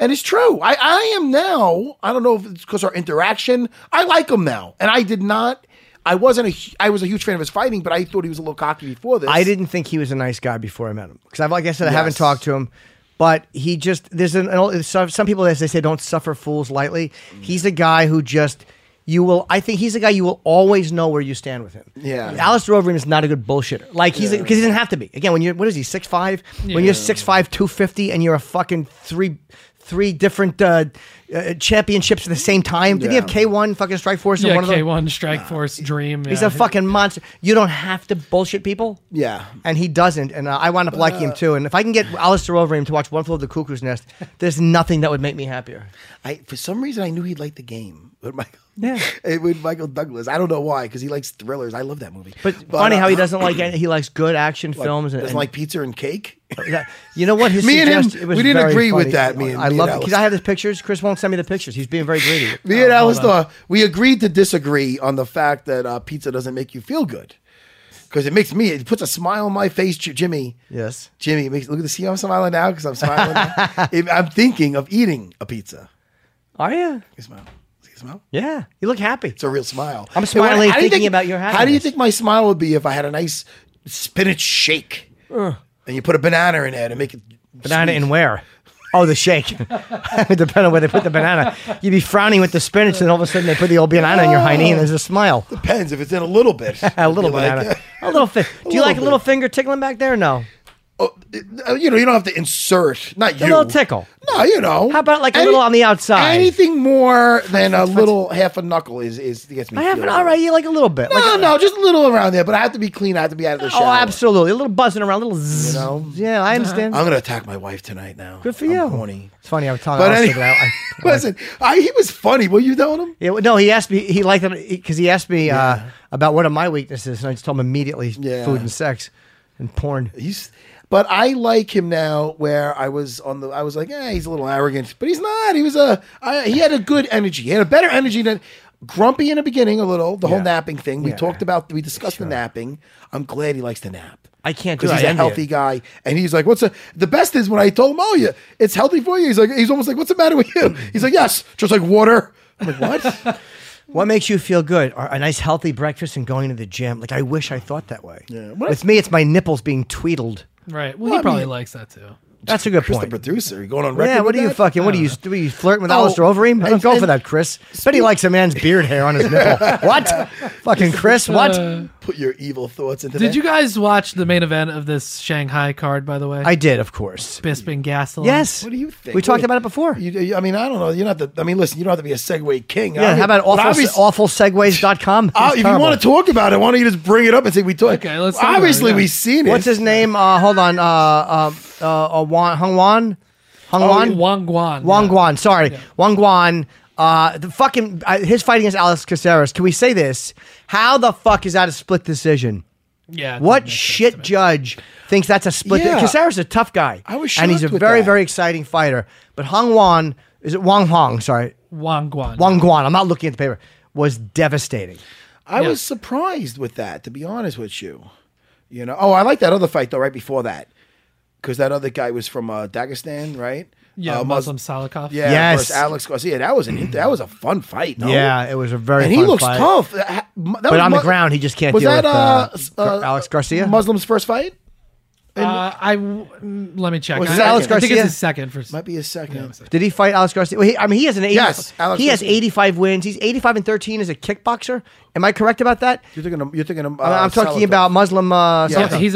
D: and it's true. I I am now. I don't know if it's because our interaction. I like him now, and I did not. I wasn't a. hu- I was a huge fan of his fighting, but I thought he was a little cocky before this.
C: I didn't think he was a nice guy before I met him because I've like I said I haven't
D: Yes.
C: talked to him, but he just there's an, an old- so- some people as they say don't suffer fools lightly. He's a guy who just you will I think he's a guy you will always know where you stand with him.
D: Yeah.
C: Alice Overeem is not a good bullshitter. Like he's because he doesn't have to be. Again, when you're what is he six five? When you're six five two fifty and you're a fucking three. Three different uh, uh, championships at the same time. Did he
D: Yeah.
C: have K one fucking Strike Force? in
H: Yeah,
C: one of them?
H: K one Strike Force Dream.
C: He's
H: yeah.
C: a fucking monster. You don't have to bullshit people.
D: Yeah.
C: And he doesn't. And uh, I wound up liking him too. And if I can get Alistair Overeem to watch One Flew of the Cuckoo's Nest, there's nothing that would make me happier.
D: I for some reason I knew he'd like the game with Michael. Yeah, with Michael Douglas. I don't know why because he likes thrillers. I love that movie.
C: But, funny
D: uh,
C: how he doesn't like it. He likes good action
D: like,
C: films. And, Oh,
D: doesn't like pizza and cake.
C: and that- you know what? His
D: Me and him,
C: suggest- it was
D: we didn't
C: very
D: agree with
C: funny.
D: that, me and-
C: I
D: me
C: love
D: and
C: it because I have his pictures. Chris won't send me the pictures. He's being very greedy.
D: Me and Alistair, we agreed to disagree on the fact that uh, pizza doesn't make you feel good because it makes me. It puts a smile on my face, J- Jimmy.
C: Yes.
D: Jimmy, it makes, look at the see. I'm smiling now because I'm smiling. now. If- I'm thinking of eating a pizza.
C: Are you?
D: You smile. See you smile.
C: Yeah. You look happy.
D: It's a real smile.
C: I'm
D: And what-
C: smiling
D: how do you
C: thinking about your
D: How do you
C: happiness.
D: think my smile would be if I had a nice spinach shake and you put a banana in it and make it
C: Banana
D: sweet?
C: and where? Oh, the shake. it depends on where they put the banana. You'd be frowning with the spinach, and all of a sudden they put the old banana in your hiney, and there's a smile.
D: depends if it's in a little bit.
C: A little
D: You're like,
C: banana. a little fi- Do you
D: little
C: like a little
D: bit.
C: finger tickling back there? No.
D: oh, uh, you know, you don't have to insert. Not you.
C: little tickle.
D: No, you know.
C: How about like a little on the outside?
D: Anything more than a little half a knuckle is is gets me.
C: I haven't.
D: feeling.
C: All right, you like a little bit.
D: No,
C: like,
D: no, just a little around there. But I have to be clean. I have to be out of the shower.
C: Oh, absolutely. A little buzzing around, a little zzz. Yeah, I understand.
D: I'm gonna attack my wife tonight. Now.
C: Good for
D: I'm
C: you.
D: Horny.
C: It's funny. I was telling
D: But
C: Alistair
D: anyway,
C: that. I, I like-
D: listen, I, he was funny. Were you telling him?
C: Yeah, well, no, he asked me. He liked it because he asked me uh, about one of my weaknesses, and I just told him immediately
D: Yeah.
C: food and sex and porn.
D: He's, but I like him now. Where I was on the, I was like, eh, he's a little arrogant, but he's not. He was a, I, he had a good energy. He had a better energy than grumpy in the beginning, a little. The whole napping thing we talked about, we discussed the napping. I'm glad he likes to nap.
C: I can't do
D: because
C: that.
D: he's
C: I
D: a
C: envy
D: healthy
C: it.
D: guy, and he's like, "What's a, the best is when I told him, oh yeah, it's healthy for you." He's like, he's almost like, "What's the matter with you?" He's like, "Yes, just like water." I'm like, "What?"
C: What makes you feel good? Are a nice healthy breakfast and going to the gym. Like I wish I thought that way.
D: Yeah. What
C: With me, it's my nipples being tweedled.
H: right. Well,
D: Well, I
H: he probably
D: mean-
H: likes that too.
C: That's a good
D: Chris, the
C: point.
D: producer, you going on record?
C: Yeah, what
D: with
C: are you
D: that? Uh,
C: fucking? What are you? What are you flirting with
D: Oh,
C: Alistair Overeem? Don't
D: and-
C: go for
D: and-
C: that, Chris. Bet he likes a man's beard hair on his nipple. What? fucking Chris? What?
D: Put your evil thoughts into
H: Uh, Did
D: that.
H: you guys watch the main event of this Shanghai card? By the way,
C: I did, of course.
H: Bisping Gastelum.
C: Yes.
D: Oh, What do you think?
C: We talked
D: What-
C: about it before.
D: You, you- I mean, I don't know. You're not the. I mean, listen. You don't have to be a Segway king.
C: yeah. How about
D: But
C: awful,
D: obvious-
C: awfulsegues.com?
D: uh, if you want to talk about it, why don't you just bring it up and say we talk?
H: Okay, let's talk about it,
D: Obviously,
H: yeah.
D: we've seen it.
C: What's his name? Uh, hold on. Uh, uh, uh, uh, Wan, Hung Wan?
D: Oh,
C: Hung Wan?
H: Wang Guan.
C: Wang
H: yeah.
C: Guan, sorry, Wang Guan. Uh, the fucking uh, his fight against Alex Caceres. Can we say this? How the fuck is that a split decision?
H: Yeah. it doesn't
C: What
H: make
C: shit
H: sense to me.
C: judge thinks that's a split?
D: Yeah.
C: Because a tough guy.
D: I was
C: and he's a
D: shocked with
C: very
D: that.
C: very exciting fighter. But Hong Wan is it Wang Hong? Sorry,
H: Wang Guan.
C: Wang Guan. I'm not looking at the paper. Was devastating.
D: I
H: Yeah.
D: was surprised with that, to be honest with you. You know, oh, I like that other fight though. Right before that, because that other guy was from uh, Dagestan, right?
H: Yeah,
D: Uh, Mus-
H: Muslim Salikov.
D: Yeah,
C: Yes.
D: versus Alex Garcia. That was an that was a fun fight. no?
C: Yeah, it was a very.
D: and he
C: fun
D: looks
C: fight.
D: tough. Uh, ha- mu- that
C: But
D: was
C: on the
D: Mus-
C: ground, he just can't
D: Was
C: deal
D: that
C: with,
D: uh,
C: uh,
D: s-
C: Gar- Alex Garcia?
D: Muslim's first fight?
H: Uh, I w- mm, let me check.
D: Was
H: I,
D: it Alex
H: I think
C: Garcia?
H: it's his second for
D: Might be his second.
C: Did he fight Alex Garcia? Well, he, I mean, he has an 80,
D: Yes, Alex
C: he has
D: Garcia.
C: 85 wins. He's 85 and 13 as a kickboxer. Am I correct about that?
D: You're thinking. Of, you're thinking. Of, uh,
C: I'm- I'm talking
D: Salikov.
C: about Muslim. Uh,
D: Yeah.
H: Yeah,
C: something.
H: he's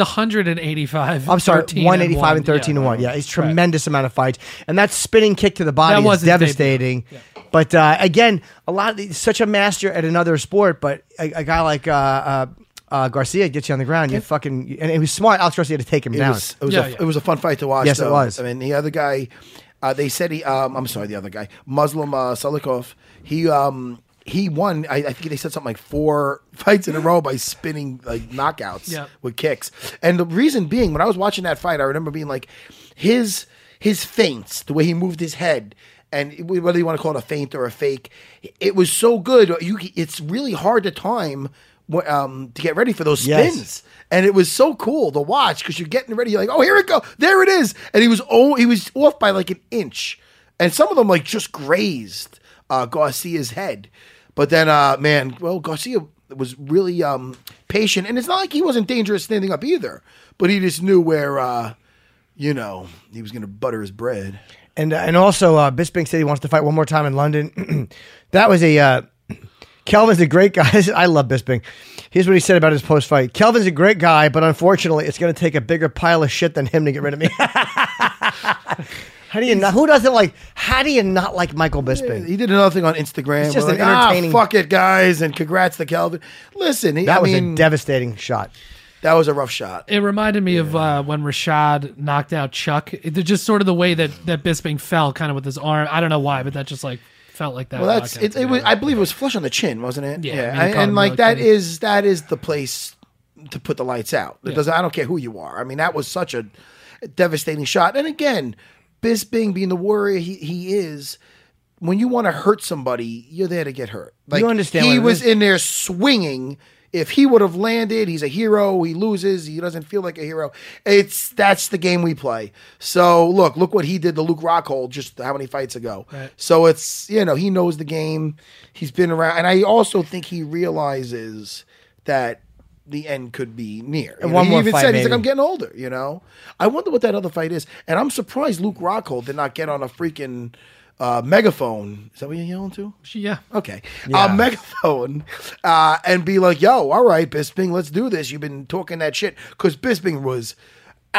H: 185.
C: I'm sorry,
H: 13
C: 185 and
H: one.
C: 13 and 1. Yeah, it's
H: Right.
C: tremendous amount of fights. And that spinning kick to the body
H: That
C: is
H: was his
C: devastating. But uh, again, a lot of these- such a master at another sport, but a, a guy like uh, uh, uh, Garcia gets you on the ground. You fucking and it was smart. Alex Garcia had to take him
D: It
C: down.
D: was, it was
H: Yeah,
D: a,
H: yeah.
D: it was a fun fight to watch.
C: Yes, it
D: though.
C: was.
D: I mean, the other guy, uh, they said he. Um, I'm sorry, the other guy, Muslim uh, Salikov. He um, he won. I, I think they said something like four fights in a row by spinning like knockouts
H: Yep.
D: with kicks. And the reason being, when I was watching that fight, I remember being like, his his feints, the way he moved his head. And whether you want to call it a feint or a fake, it was so good. You, it's really hard to time wh- um, to get ready for those
C: Yes.
D: spins. And it was so cool to watch because you're getting ready. You're like, oh, here it go, there it is. And he was oh, he was off by like an inch, and some of them like just grazed uh, Garcia's head. But then, uh, man, well, Garcia was really um, patient, and it's not like he wasn't dangerous standing up either. But he just knew where, uh, you know, he was going to butter his bread.
C: And uh, and also, uh, Bisping said he wants to fight one more time in London. that was a uh, Kelvin's a great guy. I love Bisping. Here's what he said about his post fight: Kelvin's a great guy, but unfortunately, it's going to take a bigger pile of shit than him to get rid of me. how do you not? Who doesn't like? How do you not like Michael Bisping?
D: He did another thing on Instagram.
C: It's just
D: We're
C: an
D: like, "Ah,
C: entertaining-
D: fuck it, guys, and congrats to Calvin. Listen, he,
C: That
D: I
C: was
D: mean,
C: a devastating shot.
D: that was a rough shot.
H: It reminded me of uh, when Rashad knocked out Chuck. It, just sort of the way that, that Bisping fell, kind of with his arm. I don't know why, but that just like felt like that.
D: Well, that's
H: knockout
D: it.
H: to
D: it
H: me.
D: was, I believe it was flush on the chin, wasn't it?
H: Yeah, I mean,
D: and,
H: caught him
D: and like
H: like
D: that
H: that.
D: is that is the place to put the lights out. It doesn't. I don't care who you are. I mean, that was such a devastating shot. And again, Bisping being the warrior he, he is. When you want to hurt somebody, you're there to get hurt. Like
C: understand what
D: he
C: it
D: was
C: is.
D: in there swinging. If he would have landed, he's a hero. He loses. He doesn't feel like a hero. It's that's the game we play. So look, look what he did to Luke Rockhold just how many fights ago. So it's you know he knows the game. He's been around, and I also think he realizes that the end could be near. You know,
C: one
D: he
C: more
D: even
C: fight,
D: said he's like
C: maybe.
D: I'm getting older. You know, I wonder what that other fight is, and I'm surprised Luke Rockhold did not get on a freaking uh, megaphone. Is that what you're yelling to?
H: yeah.
D: Okay. A megaphone uh, and be like, yo, all right, Bisping, let's do this. You've been talking that shit. Because Bisping was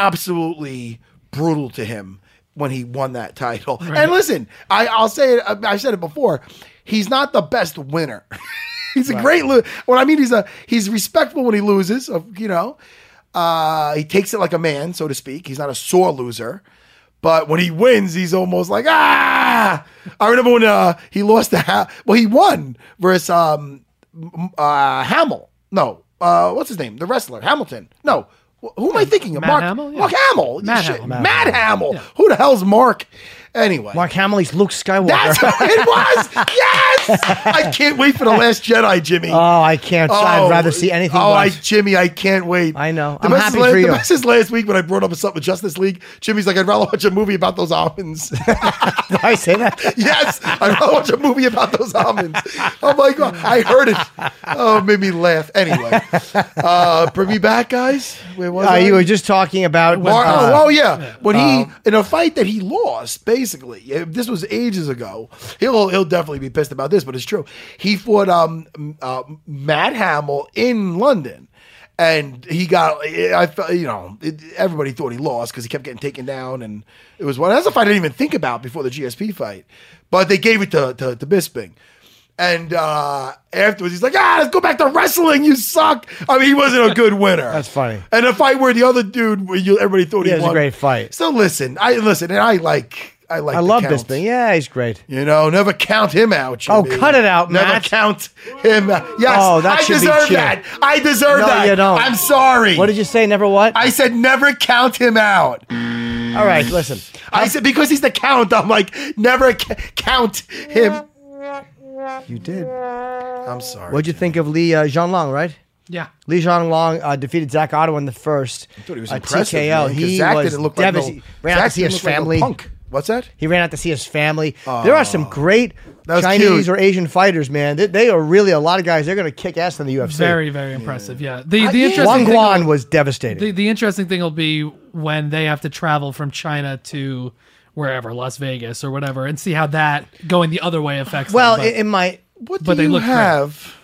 D: absolutely brutal to him when he won that title. And listen, I, I'll say it, uh, I- I've said it before. He's not the best winner. he's a great lo- What I mean, he's a he's respectful when he loses, of you know. Uh, he takes it like a man, so to speak. He's not a sore loser. But when he wins, he's almost like ah. I remember when uh, he lost to ha- well, he won versus um, m- uh, Hamill. No, uh, what's his name? The wrestler Hamilton. No, Wh- who am I thinking of?
H: Matt
D: Mark
H: Hamill? Yeah.
D: Mark Hamill.
H: Matt
D: Shit,
H: Hamill.
D: Matt, Hamill. Who the hell's Mark? Anyway,
C: Mark Hamill, he's Luke Skywalker.
D: that's who it was. yes, I can't wait for the Last Jedi, Jimmy.
C: oh, I can't. I'd rather see anything.
D: Oh, I,
C: but
D: Jimmy, I can't wait.
C: I know.
D: The
C: I'm
D: best
C: happy
D: is la-
C: for you.
D: The best is last week when I brought up something with Justice League. Jimmy's like, I'd rather watch a movie about those almonds.
C: I say that.
D: yes, I'd rather watch a movie about those almonds. Oh my god, I heard it. Oh, it made me laugh. Anyway, uh, bring me back, guys. Where was
C: Uh,
D: I?
C: you were just talking about
D: Mar-
C: uh,
D: oh, oh, yeah, when he in a fight that he lost, basically, if this was ages ago. He'll he'll definitely be pissed about this, but it's true. He fought um m- uh, Matt Hamill in London, and he got I felt you know it, everybody thought he lost because he kept getting taken down, and it was one that's a fight I didn't even think about before the GSP fight, but they gave it to to, to Bisping. And uh, afterwards, he's like, "Ah, let's go back to wrestling. You suck." I mean, he wasn't a good winner.
C: That's funny.
D: And a fight where the other dude, where you, everybody thought
C: Yeah,
D: he
C: it was a
D: won.
C: great fight.
D: So listen, I listen, and I like, I like.
C: I
D: the
C: love
D: count.
C: this thing. Yeah, he's great.
D: You know, never count him out.
C: Oh,
D: Jimmy.
C: cut it out,
D: Never
C: Matt.
D: count him out. Yes,
C: Oh, that
D: I
C: should be
D: deserve
C: cheer.
D: that. I deserve
C: No,
D: that.
C: you don't.
D: I'm sorry.
C: What did you say? Never what?
D: I said never count him out.
C: All right, listen.
D: I said because he's the count. I'm like never c- count him.
C: You did.
D: I'm sorry.
C: What'd you think of Lee uh, Jean Long, right?
H: Yeah.
C: Lee Jean Long uh, defeated Zach Otto in the first. I
D: Dude, he was
C: uh,
D: impressive.
C: TKO.
D: man, 'cause
C: he
D: Zach
C: was
D: didn't look
C: devas-
D: like no,
C: ran out
D: Zach
C: to see
D: didn't
C: his
D: look like no
C: family.
D: punk. What's that?
C: He ran out to see his family. there are some great
D: That was
C: Chinese
D: cute.
C: or Asian fighters, man. They, they are really a lot of guys. They're going to kick ass in the UFC.
H: Very, very impressive. Yeah. The, the
D: yeah.
H: interesting
C: Wang
H: thing-
C: Guan was devastating.
H: The, the interesting thing will be when they have to travel from China to wherever, Las Vegas or whatever, and see how that going the other way affects. them.
C: well,
H: But
C: in, in my
D: What do
H: But they
D: you
H: look great.
D: have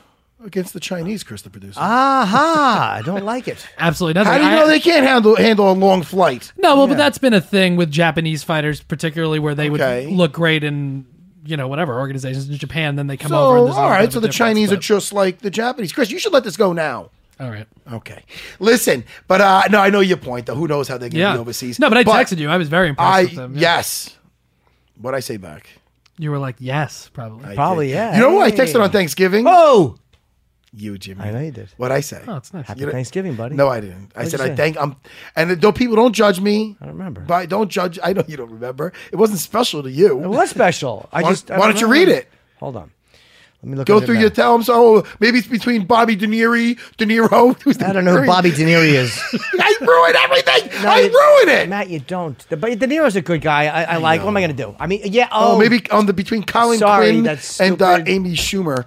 D: against the Chinese, Chris, the producer?
C: aha, I don't like it.
H: absolutely nothing.
D: How do you
H: I-
D: know they can't handle handle a long flight?
H: No, well, but that's been a thing with Japanese fighters, particularly where they
D: Okay.
H: would look great in you know whatever organizations in Japan. Then they come
D: So
H: over. And there's a
D: all
H: little bit
D: right,
H: of
D: so
H: a
D: the
H: difference,
D: Chinese are
H: but-
D: just like the Japanese. Chris, you should let this go now.
H: all right.
D: Okay, listen, but uh no, I know your point though. Who knows how they're gonna
H: Yeah.
D: be overseas?
H: No, but I texted you. I was very impressed
D: I
H: with them. Yeah.
D: yes. What I say back?
H: You were like, yes, probably.
D: I
C: Probably,
D: did.
C: yeah.
D: You know who I
C: Hey.
D: texted on Thanksgiving?
C: Oh,
D: You, Jimmy.
C: I know you did.
D: What I say?
H: oh, it's nice.
C: Happy
D: You know-
C: Thanksgiving, buddy.
D: No, I didn't. I
C: What'd
D: said
C: you
D: I
C: say?
D: thank. I'm, and don't people don't judge me. I
C: don't remember.
D: But don't judge. I know you don't remember. It wasn't special to you.
C: It was special. I
D: Why-
C: just I
D: why
C: don't
D: don't you
C: know.
D: read it?
C: Hold on. Let me look.
D: Go
C: at it
D: through
C: now.
D: your tell him so. Maybe it's between Bobby De Niro. De Niro. Who's
C: I don't know who
D: Niro?
C: Bobby De Niro is.
D: I ruined everything.
C: No,
D: I
C: you-
D: ruined it.
C: Matt. You don't. The, but De Niro's a good guy. I, I like. What am I going to do? I mean, yeah. Oh,
D: Oh, maybe on the between Colin
C: Sorry,
D: Quinn
C: that's
D: and uh,
C: stupid.
D: Amy Schumer.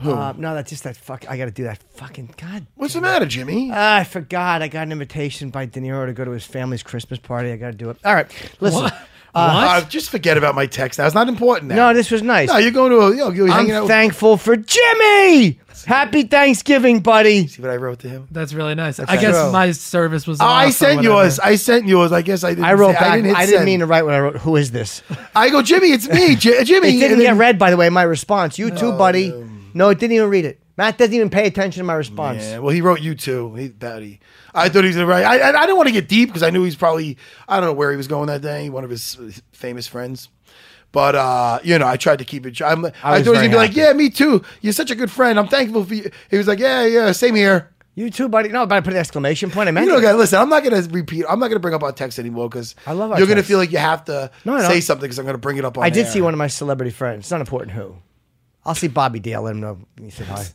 C: Uh, no, that's just that. Fuck. I got to do that. Fucking god.
D: What's the matter, Jimmy?
C: Ah, I forgot. I got an invitation by De Niro to go to his family's Christmas party. I got to do it. All right. Listen.
H: What?
D: Uh,
H: what?
D: just forget about my text. Now it's not important. Now.
C: No, this was nice.
D: No, you're going to a, you know, you're
C: I'm
D: hanging out. with
C: thankful for Jimmy. Happy Thanksgiving, buddy.
D: See what I wrote to him.
H: That's really nice. I guess
C: true.
H: my service
C: Oh,
H: was.
D: I
H: off or
D: sent
H: whatever.
D: yours. I sent yours. I guess I didn't.
C: I wrote
D: say-
C: back. I didn't,
D: hit send.
C: mean to write what I wrote. Who is this?
D: I go, Jimmy. It's me, J- Jimmy.
C: It didn't
D: And then-
C: get read, by the way, my response. You too, buddy. No, it didn't even read it. Matt doesn't even pay attention to my response.
D: Yeah, well, he wrote you too. He, that he, I thought he was gonna write. I, I, I didn't want to get deep because I knew he's probably. I don't know where he was going that day. One of his uh, famous friends. But uh, you know, I tried to keep it. I'm, I,
C: was
D: thought he was
C: very
D: gonna be like,
C: happy.
D: "Yeah, me too. You're such a good friend. I'm thankful for you." He was like, "Yeah, yeah, same here."
C: You too, buddy. No, but I put an exclamation point. I meant
D: You know,
C: it.
D: guys, listen, I'm not going to repeat. I'm not going to bring up our text anymore because
C: I love our
D: you're going to
C: text.
D: feel like you have to
C: No, I
D: say
C: don't.
D: something because I'm going to bring it up on
C: I did
D: air.
C: see one of my celebrity friends. It's not important who. I'll see Bobby D. I'll let him know. He said hi.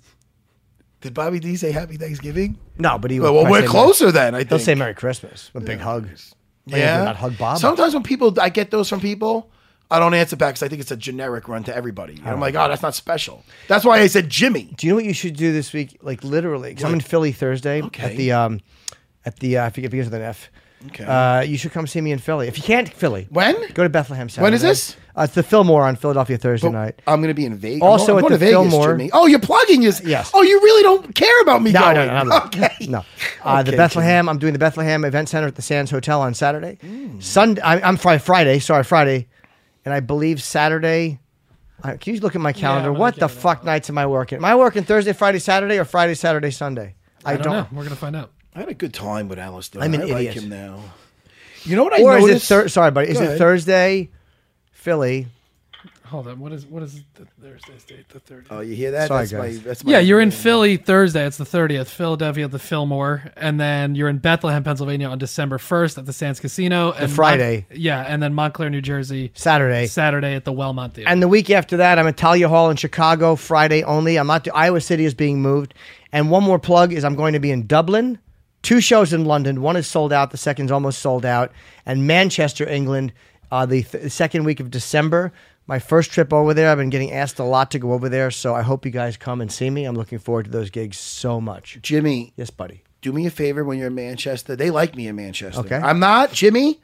D: Did Bobby D say Happy Thanksgiving?
C: No, but he.
D: Well,
C: would
D: well,
C: probably
D: we're
C: say
D: closer then, I think.
C: Merry, he'll say Merry Christmas. A big hug. Maybe
D: yeah.
C: Not hug Bob.
D: Sometimes when people, I get those from people. I don't answer back because I think it's a generic run to everybody. And I'm like, oh, that's not special. That's why I said Jimmy.
C: Do you know what you should do this week? Like literally, 'cause I'm in Philly Thursday
D: Okay.
C: at the um, at the uh, I forget because of an F.
D: Okay.
C: Uh, you should come see me in Philly. If you can't Philly,
D: When?
C: Go to Bethlehem. Saturday.
D: When is this?
C: Uh, it's the Fillmore on Philadelphia Thursday
D: But
C: night.
D: I'm going to be in Vegas.
C: Also
D: I'm
C: at
D: going
C: the
D: to Vegas,
C: Fillmore-
D: Jimmy. Oh, you're plugging your.
C: Yes.
D: Oh, you really don't care about me
C: No,
D: going.
C: no, no, no, no.
D: Okay.
C: No. Uh,
D: Okay,
C: the Bethlehem, I'm doing the Bethlehem Event Center at the Sands Hotel on Saturday.
D: Mm.
C: Sunday, I, I'm Friday, Friday, sorry, Friday. And I believe Saturday. I, can you look at my calendar?
H: I'm
C: what
H: looking
C: the
H: at it.
C: fuck nights am I working? Am I working Thursday, Friday, Saturday, or Friday, Saturday, Sunday? I,
H: I don't know. We're gonna find out.
D: I had a good time with Alistair.
C: I'm an
D: I
C: idiot.
D: like him now. You know what I
C: Or is it
D: noticed?
C: thir- sorry, buddy? Is
D: Go
C: it
D: ahead.
C: Thursday, Philly?
H: Hold on. What is what is the Thursday's date? The thirtieth.
D: Oh, you hear that?
C: Sorry,
D: that's, my,
C: guys.
D: that's my.
H: yeah,
C: uh,
H: you're in Philly Thursday. It's the thirtieth. Philadelphia at the Fillmore, and then you're in Bethlehem, Pennsylvania on December first at the Sands Casino. And Mon-
C: Friday.
H: yeah, and then Montclair, New Jersey,
C: Saturday.
H: Saturday at the Wellmont Theater.
C: And the week after that, I'm at Talia Hall in Chicago, Friday only. I'm not. Iowa City is being moved. And one more plug is I'm going to be in Dublin, two shows in London. One is sold out. The second's almost sold out. And Manchester, England, uh, the th- second week of December. My first trip over there. I've been getting asked a lot to go over there, so I hope you guys come and see me. I'm looking forward to those gigs so much.
D: Jimmy,
C: Yes, buddy.
D: do me a favor when you're in Manchester. They like me in Manchester.
C: Okay.
D: I'm not, Jimmy.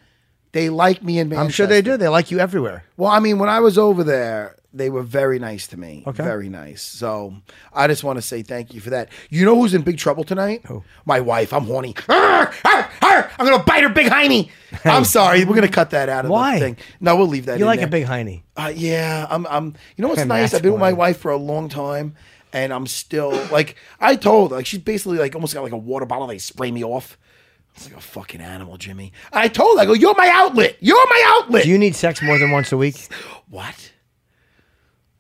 D: They like me in Manchester.
C: I'm sure they do. They like you everywhere.
D: Well, I mean, when I was over there, they were very nice to me.
C: Okay.
D: Very nice. So I just want to say thank you for that. You know who's in big trouble tonight? Who? My wife. I'm horny. Arr, arr, arr, I'm going to bite her big hiney. I'm sorry. We're going to cut that out of
C: Why?
D: the thing. No, we'll leave that
C: You
D: in
C: like
D: there.
C: a big hiney.
D: Uh, yeah, I'm. I'm. You know what's
C: Okay,
D: nice?
C: that's
D: I've been with my
C: boring.
D: wife for a long time, and I'm still like I told. Like she's basically like almost got like a water bottle. They spray me off. It's like a fucking animal, Jimmy. I told. her, I go. You're my outlet. You're my outlet.
C: Do you need sex more than once a week?
D: what?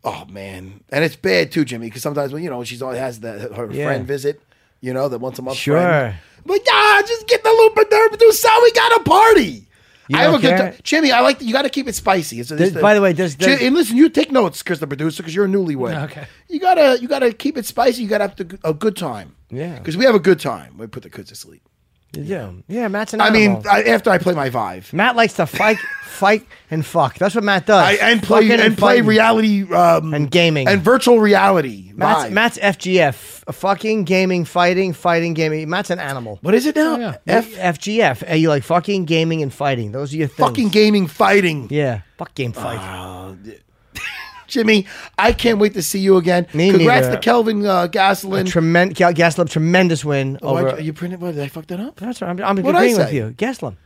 D: Oh man, and it's bad too, Jimmy. Because sometimes when you know she's always has that her
C: Yeah.
D: friend visit. You know that once a month.
C: Sure.
D: Friend. But yeah, just get the loop and derp do so. We got a party.
C: You
D: I have a
C: don't
D: good
C: care?
D: time, Jimmy. I like you. Got to keep it spicy. It's,
C: Does- by the way, does-
D: Jim-
C: does-
D: and listen, you take notes, Chris, the producer, because you're a newlywed.
H: Okay.
D: You gotta you gotta keep it spicy. You gotta have to, a good time.
C: Yeah.
D: Because we have a good time. We put the kids to sleep.
C: Yeah. Yeah, Matt's an
D: I
C: animal.
D: mean, I, after I play my vibe,
C: Matt likes to fight, fight, and fuck. That's what Matt does.
D: I, and play
C: Fucking
D: and, play
C: fighting.
D: reality um,
C: And gaming.
D: and virtual reality.
C: Matt's,
D: live.
C: Matt's FGF. Fucking gaming, fighting, fighting, gaming. Matt's an animal.
D: what is it now?
H: yeah.
D: F
C: FGF. Are you like fucking gaming and fighting? Those are your things.
D: fucking Ah, gaming fighting.
C: Yeah. Fuck game fight.
D: Jimmy, I can't wait to see you again.
C: Me
D: Congrats
C: neither.
D: to Kelvin uh, Gasolin.
C: Tremendous. Gaslam, tremendous win
D: Oh, I-
C: over.
D: you printed? What did I fuck that up?
C: that's right. I'm, I'm
D: What'd I
C: agreeing with
D: say?
C: you. Gaslam.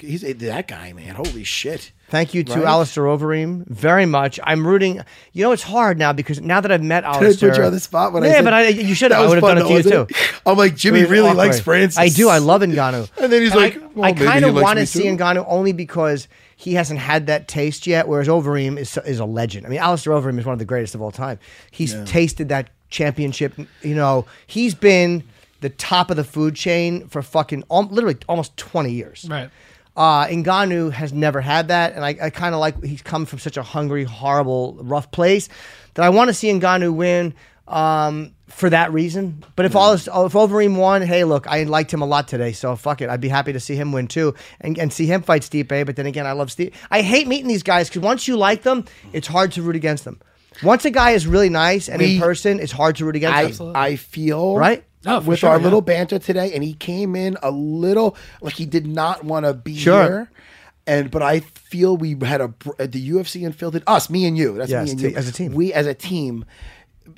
D: He's, he's that guy, man. Holy shit.
C: Thank you to
D: Right?
C: Alistair Overeem very much. I'm rooting. You know, it's hard now because now that I've met
D: Did I
C: Alistair.
D: put you on the spot when I
C: yeah,
D: said-
C: but I, you should
D: That
C: have. I
D: was
C: would have done
D: fun,
C: it to you
D: though,
C: too.
D: wasn't it? I'm like, Jimmy
C: It was
D: really
C: awkward.
D: likes Francis.
C: I do. I love Ngannou.
D: And then he's like,
C: I,
D: well,
C: I
D: maybe
C: kind
D: he
C: of
D: likes
C: want
D: me
C: to see
D: too.
C: Ngannou only because he hasn't had that taste yet. Whereas Overeem is is a legend. I mean, Alistair Overeem is one of the greatest of all time. He's tasted that championship. You know, he's been the top of the food chain for fucking al- literally almost twenty years.
H: right.
C: Uh, Ngannou has never had that, and I, I kind of like he's come from such a hungry, horrible, rough place that I want to see Ngannou win um, for that reason. But
D: Hmm.
C: if all is, if Overeem won, hey, look, I liked him a lot today, so fuck it, I'd be happy to see him win too, and, and see him fight Stipe. But then again, I love Stipe. I hate meeting these guys because once you like them, it's hard to root against them. Once a guy is really nice and in
D: We-
C: person, it's hard to root against
D: I,
C: him.
D: I feel
C: Right?
H: Oh, for
D: with
H: sure,
D: our
H: yeah.
D: little banter today, and he came in a little like he did not want to be
C: Sure.
D: here. And but I feel we had a br- uh, the UFC unfiltered us, me and you. That's
C: Yes,
D: me and
C: t-
D: you
C: as a team.
D: We as a team.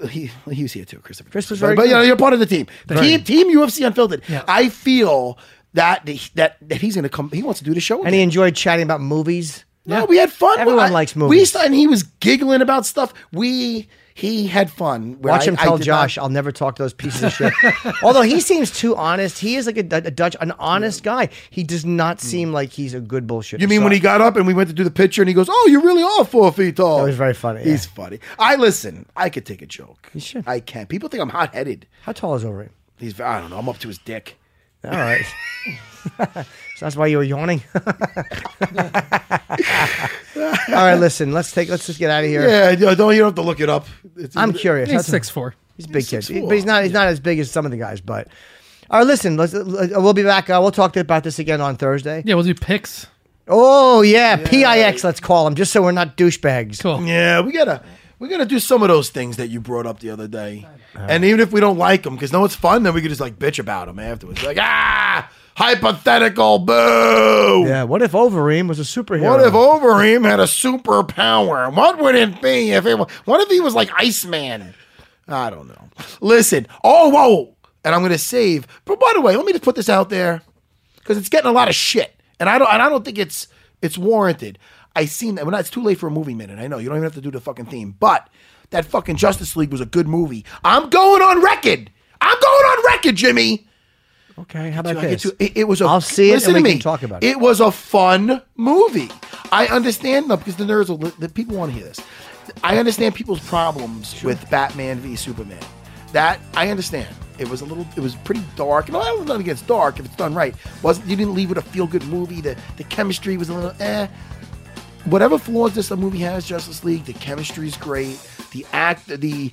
D: He, he was here too, Christopher.
C: Chris was
D: But-
C: very
D: but you know,
C: good.
D: you're part of the team. Team, team UFC unfiltered.
H: Yeah.
D: I feel that that that he's gonna come. He wants to do the show.
C: and he enjoyed chatting about movies.
D: No, we had fun.
C: Everyone
D: I-
C: likes
D: We
C: movies.
D: st- and he was giggling about stuff. We he had fun. Where
C: Watch
D: I-
C: him
D: I
C: tell
D: did
C: Josh,
D: not-
C: I'll never talk to those pieces of shit. Although he seems too honest. He is like a, a Dutch, an honest guy. He does not seem like he's a good bullshit.
D: Hmm. you mean when he got up and we went to do the picture and he goes, "Oh, you really are four feet tall."
C: That was very funny,
D: He's
C: yeah.
D: funny. I listen. I could take a joke. You
C: should.
D: I can. People think I'm hot headed.
C: How tall is Overeem?
D: He's. I don't know. I'm up to his dick.
C: All right. so that's why you were yawning. All right, listen. Let's take. Let's just get out of here.
D: Yeah. yeah, Don't you don't have to look it up. It's-
C: I'm curious.
H: He's
C: That's-
H: six four.
C: He's a big kid,
D: six four.
C: but he's not. He's not as big as some of the guys. But all right, listen. Let's. let- We'll be back. Uh, we'll talk about this again on Thursday.
H: Yeah, we'll do picks.
C: Oh yeah, PIX. Let's call him just so we're not douchebags.
H: Cool.
D: Yeah, we gotta we gotta do some of those things that you brought up the other day.
C: Uh-huh.
D: And even if we don't like them, because no, it's fun. Then we could just like bitch about them afterwards. Like ah, hypothetical boo.
C: Yeah. What if Overeem was a superhero?
D: What if Overeem had a superpower? What would it be if it was? What if he was like Iceman? I don't know. Listen. Oh, whoa. And I'm gonna save. But by the way, let me just put this out there because it's getting a lot of shit, and I don't. And I don't think it's it's warranted. I seen that. Well, it's too late for a movie minute. I know you don't even have to do the fucking theme, but that fucking Justice League was a good movie. I'm going on record. I'm going on record, Jimmy.
C: Okay. How about
D: Do I
C: this?
D: get to- it, it was a.
C: I'll see it
D: Listen
C: and
D: to
C: we
D: me.
C: can talk about it.
D: It was a fun movie. I understand them because the nerds, will, li- the people want to hear this. I understand people's problems with Batman v Superman. That I understand. It was a little. It was pretty dark. And I don't have nothing against dark if it's done right. Wasn't you didn't leave with a feel good movie. The the chemistry was a little eh whatever flaws this movie has, Justice League, the chemistry's great. The act, the the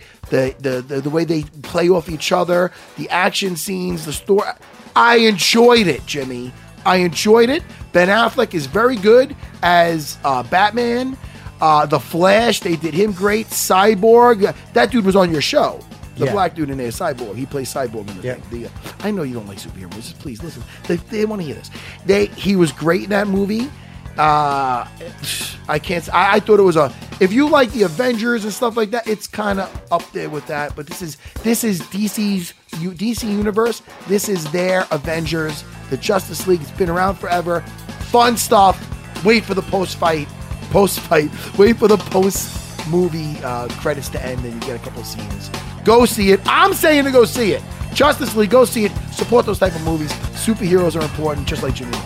D: the the, the way they play off each other, the action scenes, the story. I enjoyed it, Jimmy. I enjoyed it. Ben Affleck is very good as uh, Batman. Uh, the Flash, they did him great. Cyborg, that dude was on your show. The
C: Yeah.
D: black dude in there, Cyborg. He plays Cyborg in the
C: Yeah.
D: thing. The, uh, I know you don't like superheroes. Please listen. They, they want to hear this. They he was great in that movie. Uh, I can't. s- I, I thought it was a. If you like the Avengers and stuff like that, it's kind of up there with that. But this is this is DC's U- DC universe. This is their Avengers. The Justice League. It's been around forever. Fun stuff. Wait for the post fight. Post fight. Wait for the post movie uh, credits to end, and you get a couple scenes. Go see it. I'm saying to go see it. Justice League. Go see it. Support those type of movies. Superheroes are important, just like Jimmy. Moore.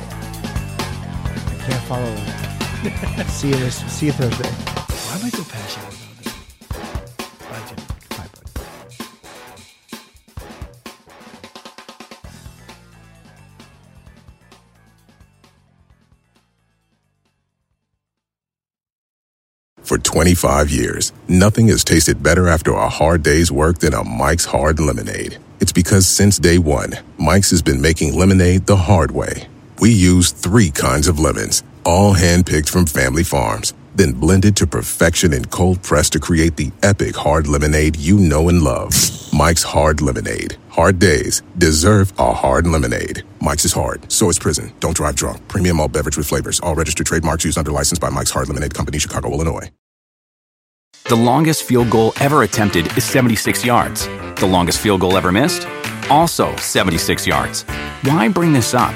C: I can't follow him. see you this. See you Thursday.
D: Why am I so passionate about this? Bye, Jimmy. Bye, bud.
J: For 25 years, nothing has tasted better after a hard day's work than a Mike's Hard Lemonade. It's because since day one, Mike's has been making lemonade the hard way. We use three kinds of lemons, all handpicked from family farms, then blended to perfection and cold pressed to create the epic hard lemonade you know and love. Mike's Hard Lemonade. Hard days deserve a hard lemonade. Mike's is hard, so is prison. Don't drive drunk. Premium all beverage with flavors. All registered trademarks used under license by Mike's Hard Lemonade Company, Chicago, Illinois.
A: The longest field goal ever attempted is 76 yards. The longest field goal ever missed? Also 76 yards. Why bring this up?